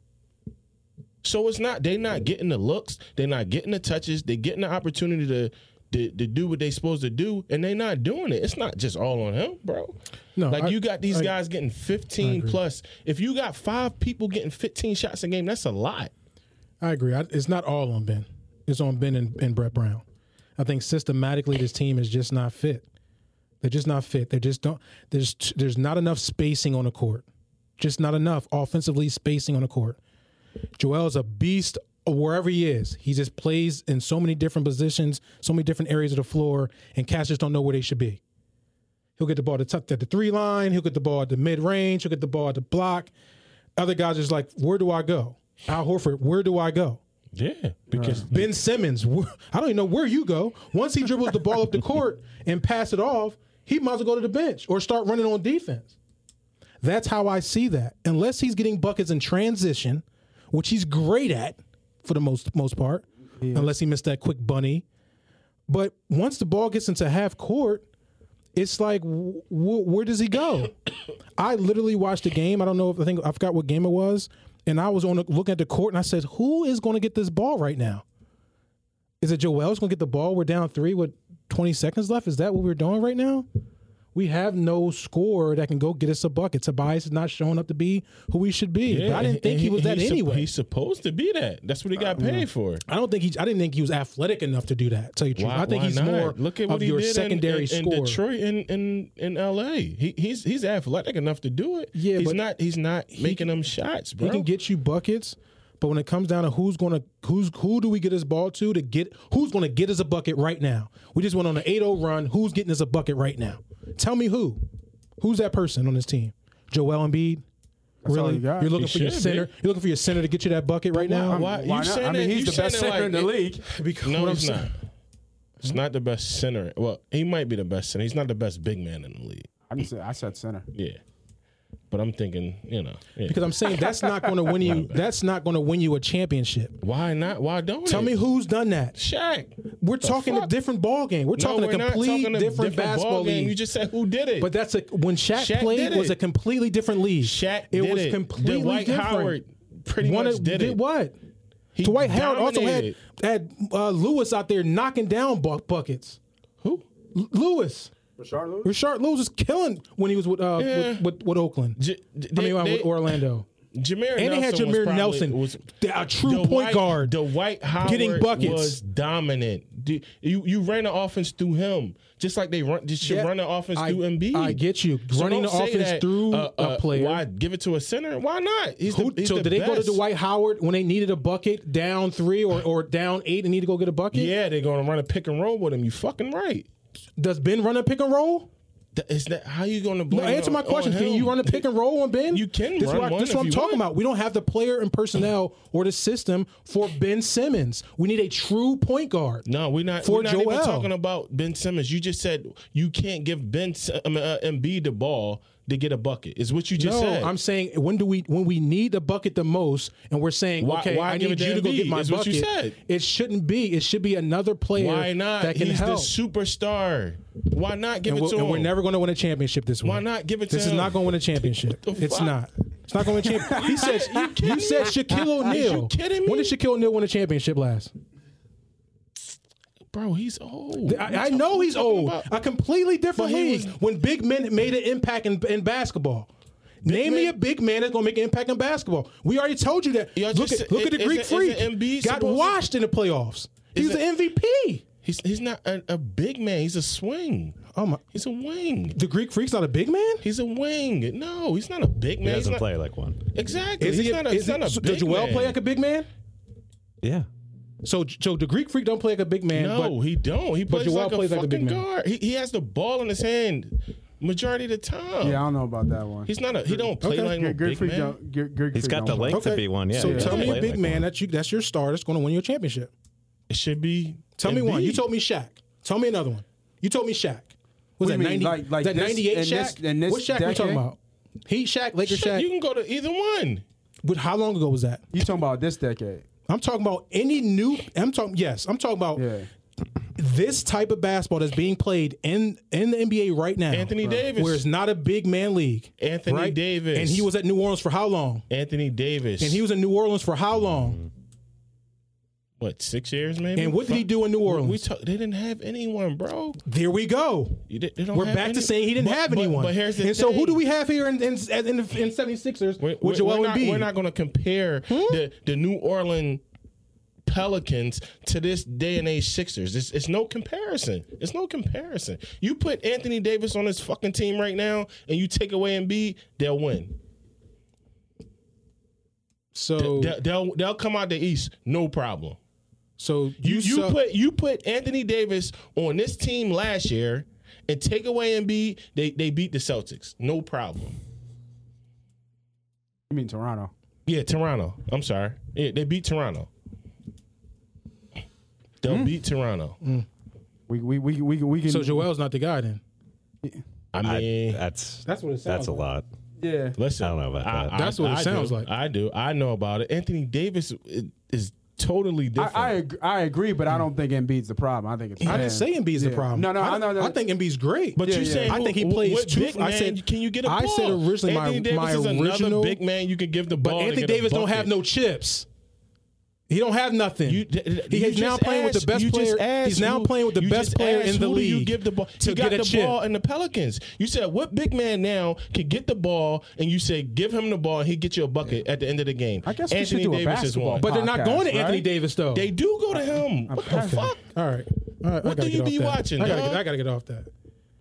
S7: So it's not they not getting the looks, they're not getting the touches, they're getting the opportunity to to, to do what they supposed to do, and they not doing it. It's not just all on him, bro.
S5: No,
S7: like
S5: I-
S7: you got these
S5: I-
S7: guys getting 15 plus. If you got five people getting 15 shots a game, that's a lot.
S5: I agree. I, it's not all on Ben. It's on Ben and, and Brett Brown. I think systematically this team is just not fit. They're just not fit. They just don't. There's there's not enough spacing on the court. Just not enough offensively spacing on the court. Joel's a beast wherever he is. He just plays in so many different positions, so many different areas of the floor, and cats just don't know where they should be. He'll get the ball at the, t- at the three line. He'll get the ball at the mid range. He'll get the ball at the block. Other guys are just like, where do I go? Al Horford, where do I go?
S7: Yeah, because
S5: Ben Simmons, wh- I don't even know where you go. Once he dribbles the ball up the court and pass it off, he might as well go to the bench or start running on defense. That's how I see that. Unless he's getting buckets in transition, which he's great at for the most most part, unless he missed that quick bunny. But once the ball gets into half court, it's like wh- wh- where does he go? [COUGHS] I literally watched the game. I don't know if I think I forgot what game it was, and I was on the, looking at the court and I said, "Who is going to get this ball right now? Is it Joel's going to get the ball? We're down three with 20 seconds left. Is that what we're doing right now? We have no scorer that can go get us a bucket. Tobias is not showing up to be who he should be.
S7: yeah,
S5: but I didn't
S7: and-
S5: think
S7: and
S5: he, was that
S7: he's sup-
S5: anyway.
S7: He's supposed to be that. That's what he got paid for.
S5: I don't think he. I didn't think he was athletic enough to do that. to Tell you the truth,
S7: Why-
S5: I think
S7: why
S5: he's
S7: not?
S5: more
S7: Look at what
S5: of
S7: he
S5: your
S7: did in-
S5: secondary
S7: in, in,
S5: scorer.
S7: Detroit and in, in L.A. He, he's he's athletic enough to do it.
S5: Yeah,
S7: he's
S5: but
S7: not he's not making them shots, bro.
S5: He
S7: [LAUGHS]
S5: can get you buckets, but when it comes down to who's gonna who's who do we get his ball to to get who's gonna get us a bucket right now? We just went on an 8-0 run. Who's getting us a bucket right now? Tell me who. Who's that person on this team? Joel Embiid?
S6: all
S5: really?
S6: you got.
S5: are looking
S7: He
S5: for your
S7: should
S5: center.
S7: be.
S5: You're looking for your center to get you that bucket right now.
S7: why,
S6: Why
S7: you
S6: not?
S7: saying
S6: I mean,
S7: that-
S6: he's
S7: you
S6: the best
S7: saying that
S6: center in the
S7: like-
S6: league.
S5: [LAUGHS]
S7: no,
S5: what I'm
S7: he's
S5: saying-
S7: not. It's not the best center. Well, he might be the best center. He's not the best big man in the league.
S6: I, didn't say, I said center.
S7: Yeah, But I'm thinking, you know, yeah.
S5: Because I'm saying that's not going to win you.
S7: My [LAUGHS] bad.
S5: That's not going to win you a championship.
S7: why not? Why don't
S5: Tell
S7: it?
S5: me who's done that.
S7: Shaq?
S5: We're talking a
S7: fuck?
S5: different ball game. We're
S7: No,
S5: talking
S7: we're
S5: a
S7: not
S5: complete
S7: talking a
S5: different,
S7: ball
S5: basketball
S7: game.
S5: league.
S7: You just said who did it?
S5: but that's a when Shaq,
S7: Shaq
S5: played
S7: did
S5: was
S7: it.
S5: a completely different league.
S7: Shaq
S5: it
S7: did
S5: was
S7: it.
S5: completely
S7: Dwight
S5: different.
S7: Howard pretty
S5: One
S7: much
S5: of-
S7: did it.
S5: what? Dwight Howard also had
S7: dominated.
S5: had uh, Lewis out there knocking down bu- buckets.
S7: Who?
S5: L- Lewis.
S6: Richard Lewis?
S5: Richard Lewis was killing when he was with uh,
S7: Yeah.
S5: with, with, with Oakland.
S7: J-
S5: I mean,
S7: they-
S5: uh, with
S7: they-
S5: Orlando.
S7: Jameer
S5: And they had
S7: Nelson was
S5: Jameer
S7: probably-
S5: Nelson,
S7: was
S5: a true point guard,
S7: Dwight Howard
S5: getting buckets.
S7: was dominant. D- You you ran the offense through him, just like they run. Just should
S5: Yeah,
S7: run the offense
S5: I-
S7: through Embiid.
S5: I get you.
S7: So
S5: Running
S7: don't
S5: the
S7: say
S5: offense
S7: that,
S5: through
S7: uh,
S5: a
S7: uh,
S5: player.
S7: Why give it to a center? Why not? He's
S5: Who,
S7: the, he's
S5: so
S7: the
S5: did they go to
S7: best.
S5: Dwight Howard when they needed a bucket down three or, or down eight and need to go get a bucket?
S7: Yeah, they're gonna run a pick and roll with him. You fucking right.
S5: Does Ben run a pick and roll?
S7: Th- Is that how you gonna
S5: No,
S7: blame?
S5: answer my
S7: on-
S5: question.
S7: on
S5: Can
S7: him?
S5: you run a pick and roll on Ben?
S7: You can
S5: This is
S7: run
S5: what, I-
S7: one
S5: this is what
S7: if
S5: I'm
S7: you
S5: talking
S7: want.
S5: about. We don't have the player and personnel or the system for Ben Simmons. We need a true point guard.
S7: No, we're not.
S5: For
S7: we're not
S5: Joel.
S7: even talking about Ben Simmons. You just said you can't give Ben S- I mean, uh, Embiid the ball to get a bucket. Is what you just
S5: no,
S7: said.
S5: I'm saying when do we when we need the bucket the most, and we're saying
S7: Why-
S5: okay,
S7: why
S5: I
S7: give
S5: need
S7: it to
S5: you to go
S7: Embiid?
S5: get my
S7: Is what
S5: bucket.
S7: you said.
S5: It shouldn't be. It should be another player
S7: Why not?
S5: that can
S7: He's
S5: help.
S7: the superstar. Why not give
S5: and,
S7: it
S5: we're,
S7: to
S5: and
S7: him?
S5: we're never going to win a championship this week.
S7: Why not give it to
S5: This is
S7: him?
S5: not going to win a championship.
S7: What the
S5: It's
S7: fuck?
S5: not. It's not going to win a championship. He said.
S7: [LAUGHS] You
S5: You,
S7: kidding me?
S5: said Shaquille O'Neal.
S7: you kidding me?
S5: When did Shaquille O'Neal win a championship last?
S7: Bro, he's old.
S5: I, I know he's
S7: Talking
S5: old.
S7: about-
S5: A completely different
S7: But he
S5: league
S7: was-
S5: when big men made an impact in, in basketball. Name me
S7: men-
S5: a big man that's gonna make an impact in basketball. We already told you that.
S7: Y'all
S5: Look,
S7: just
S5: at,
S7: said-
S5: look at the
S7: is-
S5: Greek
S7: is-
S5: freak.
S7: is Embiid
S5: got
S7: supposed to-
S5: washed in the playoffs. He
S7: Is
S5: was the
S7: it-
S5: MVP.
S7: He's he's not a, a big man. He's a swing.
S5: Oh my!
S7: He's a wing.
S5: The Greek freak's not a big man.
S7: He's a wing. No, he's not a big man.
S8: He
S7: He's
S8: doesn't
S7: not-
S8: play like one.
S7: Exactly. he's
S5: he?
S7: not a, he's
S5: is
S7: not a
S5: so
S7: big
S5: does Joel
S7: man.
S5: play like a big man?
S8: Yeah.
S5: So, so the Greek freak don't play like a big man.
S7: No,
S5: but
S7: he don't. He plays,
S5: Joel
S7: like,
S5: plays
S7: a
S5: like a big
S7: fucking
S5: man.
S7: guard. He, he has the ball in his hand majority of the time.
S6: Yeah, I don't know about that one.
S7: He's not a. He don't play
S5: Okay.
S7: like no
S6: Good- good
S7: big
S6: for
S7: man.
S6: Joe- good- good
S8: He's
S6: for
S8: got
S6: Joe.
S8: the length
S5: Okay.
S8: to be one. Yeah.
S5: so
S8: he
S5: tell
S8: doesn't
S5: me a
S8: play
S5: big
S8: like
S5: man
S8: one.
S5: that you that's your star that's going to win you a championship.
S7: It should be.
S5: Tell me one. You
S7: Embiid.
S5: told me Shaq. Tell me another one. You told me Shaq.
S6: What
S5: Was
S6: do you
S5: that
S6: mean,
S5: ninety?
S6: like- like
S5: that
S6: this-
S5: ninety eight
S6: in this-
S5: Shaq?
S6: in this
S5: what Shaq we talking
S6: decade?
S5: about? He Shaq, Laker
S7: Shit,
S5: Shaq.
S7: You can go to either one.
S5: With how long ago was that?
S6: You talking about this decade?
S5: I'm talking about any new. I'm talking. Yes, I'm talking about
S6: Yeah.
S5: this type of basketball that's being played in in the NBA right now.
S7: Anthony Davis.
S5: where it's not a big man league.
S7: Anthony
S5: right?
S7: Davis.
S5: and he was at New Orleans for how long?
S7: Anthony Davis.
S5: And he was in New Orleans for how
S7: Mm-hmm.
S5: long?
S7: what six years maybe.
S5: And what did he do in New Orleans?
S7: We talk, they didn't have anyone, bro.
S5: there we go.
S7: You did, they don't
S5: We're
S7: have
S5: back to
S7: any-
S5: saying he didn't
S7: But-
S5: have
S7: but-
S5: anyone.
S7: But, here's the
S5: and so who
S7: thing.
S5: do we have here in in, in, the, in 76ers
S7: We're,
S5: with
S7: we're,
S5: Joel
S7: we're not,
S5: Embiid?
S7: we're not going to compare
S5: Hmm?
S7: the the New Orleans Pelicans to this day and age Sixers. It's, it's no comparison. It's no comparison. You put Anthony Davis on this fucking team right now, and you take away Embiid, they'll win.
S5: so
S7: They'll, they'll they'll come out the East, no problem.
S5: so you
S7: You you
S5: sell-
S7: put you put Anthony Davis on this team last year and take away Embiid, they they beat the Celtics. No problem.
S6: You mean Toronto?
S7: Yeah, Toronto. I'm sorry. Yeah, they beat Toronto. They'll beat Toronto.
S6: We we we we we can.
S5: so Joel's not the guy then.
S7: I
S8: I-
S7: mean,
S8: that's
S5: That's what it sounds
S8: that's a
S5: like.
S8: lot.
S6: yeah.
S7: listen.
S8: I don't know about that.
S5: That's what it
S7: I
S5: sounds
S7: do.
S5: like.
S7: I do. I know about it. Anthony Davis i- is totally
S6: I,
S7: different.
S6: I agree, I agree, but I don't think Embiid's the problem. I think it's
S5: I
S6: Bam.
S5: didn't say Embiid's the
S6: Yeah.
S5: problem.
S6: No, no, I,
S5: I,
S6: know. that-
S5: I think Embiid's great,
S7: But
S6: Yeah,
S7: you
S6: yeah.
S7: saying
S5: I think he
S7: who-
S5: plays
S7: What
S5: two-
S7: big man
S5: I said-
S7: can you get a
S5: I
S7: ball?
S5: said originally my-
S7: Anthony Davis
S5: my
S7: is
S5: original-
S7: another big man you could give the
S5: but
S7: ball. to
S5: Anthony
S7: get a
S5: Davis don't
S7: bucket.
S5: have no chips. He don't have nothing.
S7: You, th- th-
S5: he
S7: you
S5: is now
S7: just
S5: playing with the
S7: asked-
S5: best
S7: you
S5: player.
S7: just asked
S5: He's now
S7: who-
S5: playing with the
S7: you
S5: best
S7: just
S5: player
S7: asked
S5: in the
S7: who do
S5: league.
S7: You give the ball.
S5: to
S7: you got
S5: get a
S7: the
S5: chip.
S7: ball in the Pelicans. You said what big man now can get the ball, and you say give him the ball, and he get you a bucket at the end of the game.
S6: I guess we should
S7: Anthony
S6: do a
S7: Davis is
S6: basketball
S7: one.
S5: but they're not going to
S6: Podcast,
S5: Anthony
S6: right?
S5: Davis though.
S7: they do go to him. What the fuck?
S5: All right. All right, I
S7: What
S5: gotta
S7: do you
S5: get off
S7: be
S5: that.
S7: watching,
S5: I gotta,
S7: dog?
S5: get, I gotta get off that.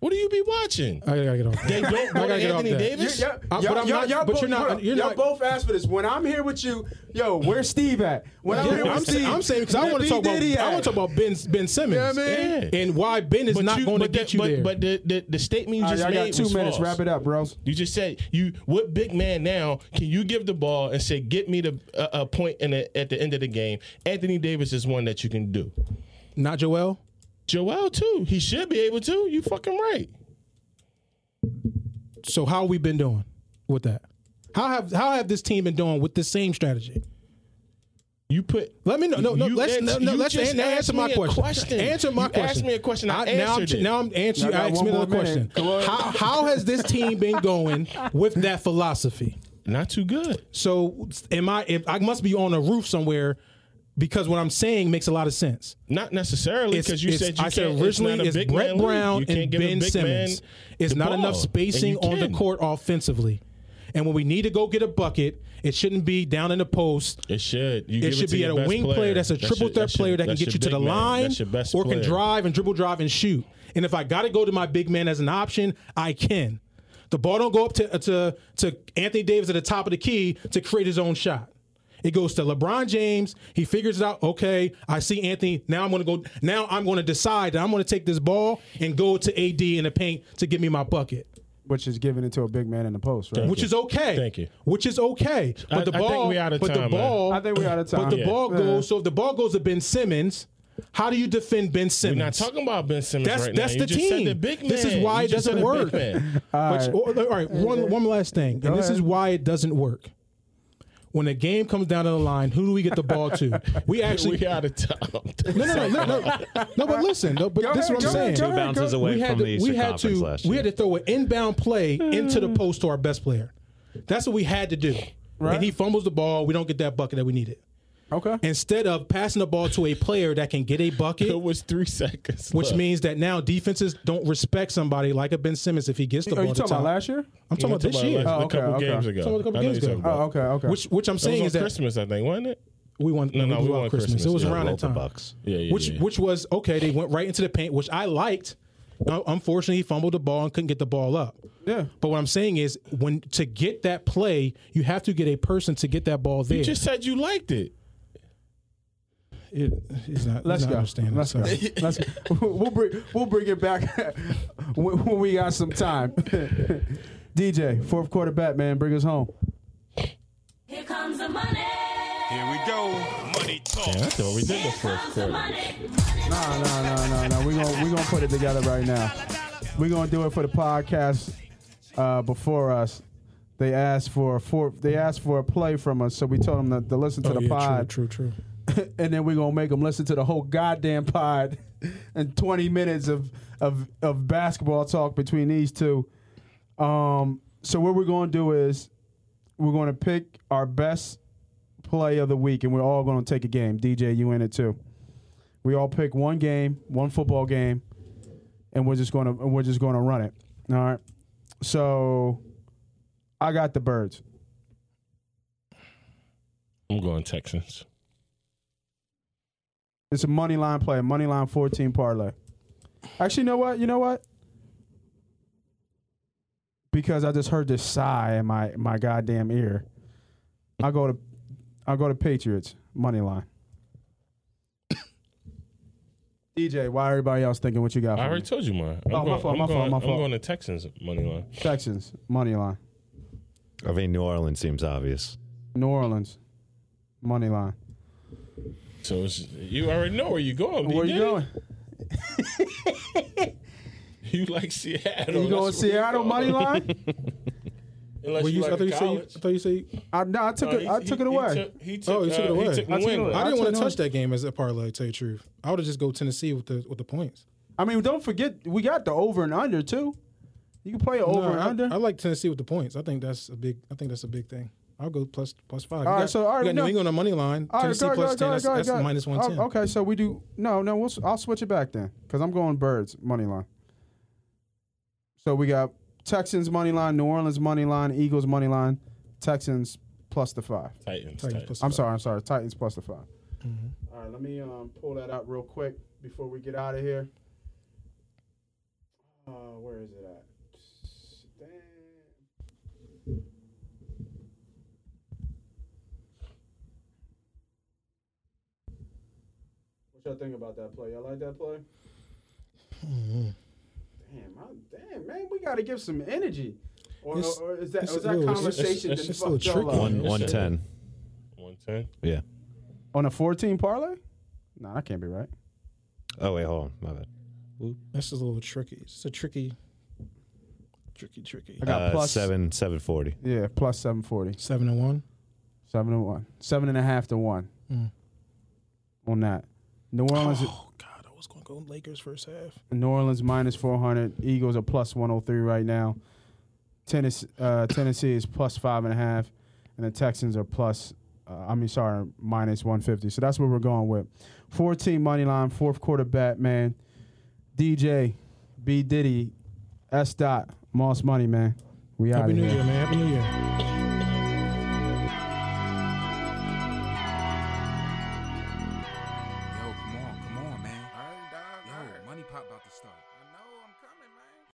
S7: What do you be watching?
S5: I gotta get off. That.
S7: They don't
S5: [LAUGHS] I
S7: go to
S5: gotta get off
S7: Anthony
S5: that.
S6: You're,
S7: Davis.
S6: you
S5: I- Uh, but I'm not- but you're not- you're not-
S6: both asked for this. When I'm here with you, yo, where's Steve at? When I'm
S5: Yeah,
S6: here with
S5: I'm,
S6: Steve,
S5: saying, I'm saying because I
S6: where
S5: want to
S6: B.
S5: talk about
S6: Diddy
S5: I
S6: at?
S5: want to talk about Ben Ben Simmons
S6: Yeah, man.
S7: Yeah.
S5: and why Ben is not going to
S7: but
S5: get
S7: that-
S5: you
S7: but,
S5: there.
S7: But the, the, the statement you
S6: All right,
S7: just
S6: y'all
S7: made
S6: got two
S7: was
S6: minutes.
S7: false.
S6: Wrap it up, bros.
S7: You just said you. What big man now can you give the ball and say, "Get me the a, a point in the, at the end of the game"? Anthony Davis is one that you can do.
S5: not Joel.
S7: Joel too. He should be able to. You fucking right.
S5: So how we been doing? with that? How have how have this team been doing with the same strategy?
S7: You put.
S5: Let me know. No, no.
S7: You
S5: Let's
S7: ans-
S5: no, no,
S7: you
S5: let's
S7: just
S5: an-
S7: asked
S5: answer my
S7: me a
S5: question.
S7: question.
S5: Answer my
S7: You
S5: question.
S7: asked me a question.
S5: now
S7: I
S5: I'm,
S7: answered it.
S5: now I'm
S6: Y'all
S5: answering. You
S6: got
S5: asked
S6: one
S5: me another
S6: more minute.
S5: question.
S6: Come on.
S5: How how has this team been going with that philosophy?
S7: Not too good.
S5: So am I? If I must be on a roof somewhere, because what I'm saying makes a lot of sense.
S7: Not necessarily
S5: It's-
S7: because you
S5: it's-
S7: said you
S5: I
S7: can't.
S5: said originally it's
S7: it's, not a big
S5: Brett
S7: man league.
S5: Brown
S7: You can't
S5: and
S7: give a
S5: Ben
S7: big man
S5: Simmons. It's
S7: the
S5: not enough
S7: ball,
S5: spacing
S7: and you
S5: on the
S7: can.
S5: court offensively, and when we need to go get a bucket, it shouldn't be down in the post.
S7: It should. You
S5: It
S7: give
S5: should
S7: to
S5: be
S7: your
S5: at a
S7: best
S5: wing player, that's a
S7: That's
S5: triple
S7: your-
S5: threat
S7: that's your-
S5: player that can
S7: that's
S5: get you
S7: your
S5: to the
S7: big man.
S5: line
S7: That's your best
S5: or can
S7: player.
S5: drive and dribble drive and shoot. And if I got to go to my big man as an option, I can. The ball don't go up to to to Anthony Davis at the top of the key to create his own shot. It goes to LeBron James. He figures it out. Okay, I see Anthony. Now I'm going to go. Now I'm going to decide that I'm going to take this ball and go to AD in the paint to give me my bucket,
S6: which is giving it to a big man in the post, right?
S5: which is okay.
S7: Thank you.
S5: Which is okay. But
S7: I-
S5: the
S7: I
S5: ball.
S7: think we out of
S5: but the
S7: time, man.
S5: ball.
S6: I think we're out of time.
S5: But the
S7: Yeah.
S5: ball
S6: Yeah.
S5: goes. So if the ball goes to Ben Simmons, how do you defend Ben
S7: We're
S5: Simmons?
S7: not talking about Ben Simmons
S5: That's-
S7: right
S5: that's
S7: now.
S5: the
S7: You just
S5: team.
S7: Said the big man.
S5: This is why
S7: You
S5: it
S7: just said
S5: doesn't
S7: the
S5: work.
S7: big man.
S5: Which- oh, all right, one one last thing, and this
S6: ahead.
S5: is why it doesn't work. When the game comes down to the line, who do we get the ball to?
S8: [LAUGHS]
S5: We [LAUGHS] actually
S7: we out of time.
S5: [LAUGHS] no, no, no, no, no, no. But listen, no, but
S6: Go
S5: this is what I'm
S6: ahead, go
S5: saying.
S6: ahead, go
S8: Two
S6: ahead,
S8: bounces
S6: go-
S8: away
S5: we had
S8: from
S5: to,
S8: the Eastern
S5: we had
S8: Conference
S5: to,
S8: last
S5: we
S8: year.
S5: had to throw an inbound play into
S6: Mm.
S5: the post to our best player. That's what we had to do.
S6: Right.
S5: And he fumbles the ball. We don't get that bucket that we needed.
S6: Okay.
S5: Instead of passing the ball to a player that can get a
S8: [LAUGHS]
S5: bucket,
S7: [LAUGHS] It was three seconds.
S5: Which
S7: left.
S5: means that now defenses don't respect somebody like a Ben Simmons if he gets the
S6: Are
S5: ball.
S6: you
S5: to
S6: talking about
S5: top.
S6: last year?
S5: I'm talking about this year.
S7: last-
S6: Oh,
S7: a couple
S6: okay,
S7: games
S6: okay.
S7: ago.
S5: Talking about a couple
S7: I know
S5: games
S7: you're
S5: ago.
S7: talking
S6: Oh,
S7: about.
S6: okay, okay.
S5: Which which I'm
S7: That was
S5: saying
S7: on
S5: is that
S7: Christmas, I think, wasn't it?
S5: we won.
S7: No, no,
S5: we
S7: we
S5: blew out
S7: won
S5: Christmas.
S7: Christmas,
S5: It was
S7: yeah.
S5: around
S7: Rolled
S5: that
S8: the
S5: time.
S8: Bucks.
S7: Yeah, yeah,
S5: which
S7: yeah.
S5: which was okay. They went right into the paint, which I liked. Uh, Unfortunately, he fumbled the ball and couldn't get the ball up.
S6: Yeah.
S5: But what I'm saying is, when to get that play, you have to get a person to get that ball there.
S7: You just said you liked it.
S5: It- it's not,
S6: Let's
S5: it's not
S6: go.
S5: understanding.
S6: Let's go.
S5: [LAUGHS] Sorry.
S6: Let's go. We'll bring we'll bring it back [LAUGHS] when, when we got some time. [LAUGHS] DJ, fourth quarter bat man, bring us home.
S9: Here comes the money.
S3: Here we go. Money
S5: Oh.
S3: talk.
S7: Man, I thought we did
S9: Here
S7: the first
S9: comes the
S7: quarter.
S9: money.
S6: No, no, no, no, no. We're gonna we're gonna put it together right now. We're gonna do it for the podcast uh, before us. They asked for a four, they asked for a play from us, so we told them to, to listen to
S5: Oh,
S6: the
S5: yeah,
S6: pod,
S5: [LAUGHS] True, true, true.
S6: and then we're gonna make them listen to the whole goddamn pod [LAUGHS] and 20 minutes of of of basketball talk between these two. Um, so what we're gonna do is we're gonna pick our best play of the week, and we're all gonna take a game. DJ, you in it too? We all pick one game, one football game, and we're just gonna and we're just gonna run it. All right. So I got the birds.
S7: I'm going Texans.
S6: It's a money line play, a money line 14 parlay. Actually, you know what? You know what? Because I just heard this sigh in my my goddamn ear. I go to I go to Patriots money line. [COUGHS] DJ, why everybody else thinking what you got?
S7: I
S6: For me?
S7: already told you mine.
S6: Oh, my fault,
S7: I'm
S6: my fault,
S7: going,
S6: my
S7: I'm
S6: fault.
S7: going to Texans money line.
S6: Texans money line,
S8: I mean, New Orleans seems obvious.
S6: New Orleans money line.
S7: So it's, you already know where you're going.
S6: Where you
S7: did
S6: going?
S7: it. [LAUGHS] You like Seattle?
S6: You going
S7: Oh, That's where
S6: Seattle
S7: you're
S6: money
S7: going.
S6: line?
S7: [LAUGHS] Unless
S5: Well,
S7: you,
S5: you, I
S7: like
S5: thought you said you,
S7: college.
S5: I thought you said. you-
S6: I, no, I took
S7: No,
S6: it.
S7: Oh, he-
S6: I took
S7: he-
S6: it away.
S7: He took, he took,
S5: Oh, you took it
S7: uh,
S5: away.
S7: He
S6: I
S7: took New
S6: took it away.
S7: England.
S5: I didn't
S6: took
S5: want to
S6: no-
S5: touch that game as a parlay. To tell you the truth, I would have just go Tennessee with the with the points.
S6: I mean, don't forget we got the over and under too. You can play a over
S5: No,
S6: and
S5: I,
S6: under.
S5: I like Tennessee with the points. I think that's a big. I think that's a big thing. I'll go plus plus five.
S6: All
S5: you
S6: right,
S5: got,
S6: so, all right,
S5: you got
S6: no.
S5: New England on money line.
S6: All right,
S5: Tennessee
S6: go,
S5: plus
S6: go,
S5: ten.
S6: go,
S5: that's
S6: go,
S5: that's
S6: go.
S5: minus
S6: Oh,
S5: one ten.
S6: okay, so we do no, no. We'll, s- I'll switch it back then because I'm going birds money line. So we got Texans money line, New Orleans money line, Eagles money line, Texans plus the five.
S5: Titans
S7: Titans. Titans.
S5: plus
S6: I'm
S5: five.
S6: sorry, I'm sorry, Titans plus the 5
S5: Mm-hmm.
S6: All right, let me um, pull that out real quick before we get out of here. Uh, where is it at? Damn. What y'all think about that play? Y'all like that play?
S5: Mm-hmm.
S6: Damn, I, damn, man, we got to give some energy. Or,
S5: It's-
S6: or is that,
S5: it's
S6: or is
S5: a
S6: that
S5: little- it's-
S6: conversation
S7: it's-
S6: that
S7: it's
S5: a little
S6: fucked y'all
S5: tricky.
S6: up?
S8: One
S7: yeah,
S8: one ten.
S7: One ten.
S8: Yeah.
S6: On a 14 parlay? Nah, that can't be right.
S8: Oh wait, hold on. My bad.
S5: That's just a little tricky. It's a tricky Tricky, tricky.
S6: I got
S8: uh,
S6: plus-
S8: seven seven forty.
S6: Yeah, plus seven forty.
S5: Seven and one.
S6: Seven to one. Seven and a half to one
S5: Mm.
S6: on that. New Orleans
S5: Oh God, I was gonna go Lakers first half.
S6: New Orleans minus four hundred. Eagles are plus one oh three right now. Tennessee uh, Tennessee is plus five and a half. And the Texans are plus uh, I mean sorry, minus one fifty. So that's what we're going with. Fourteen money line, fourth quarter bet, man. DJ, B Diddy, S Dot, Moss Money, man. We out
S5: Happy
S6: of
S5: New
S6: here.
S5: Year, man. Happy New Year.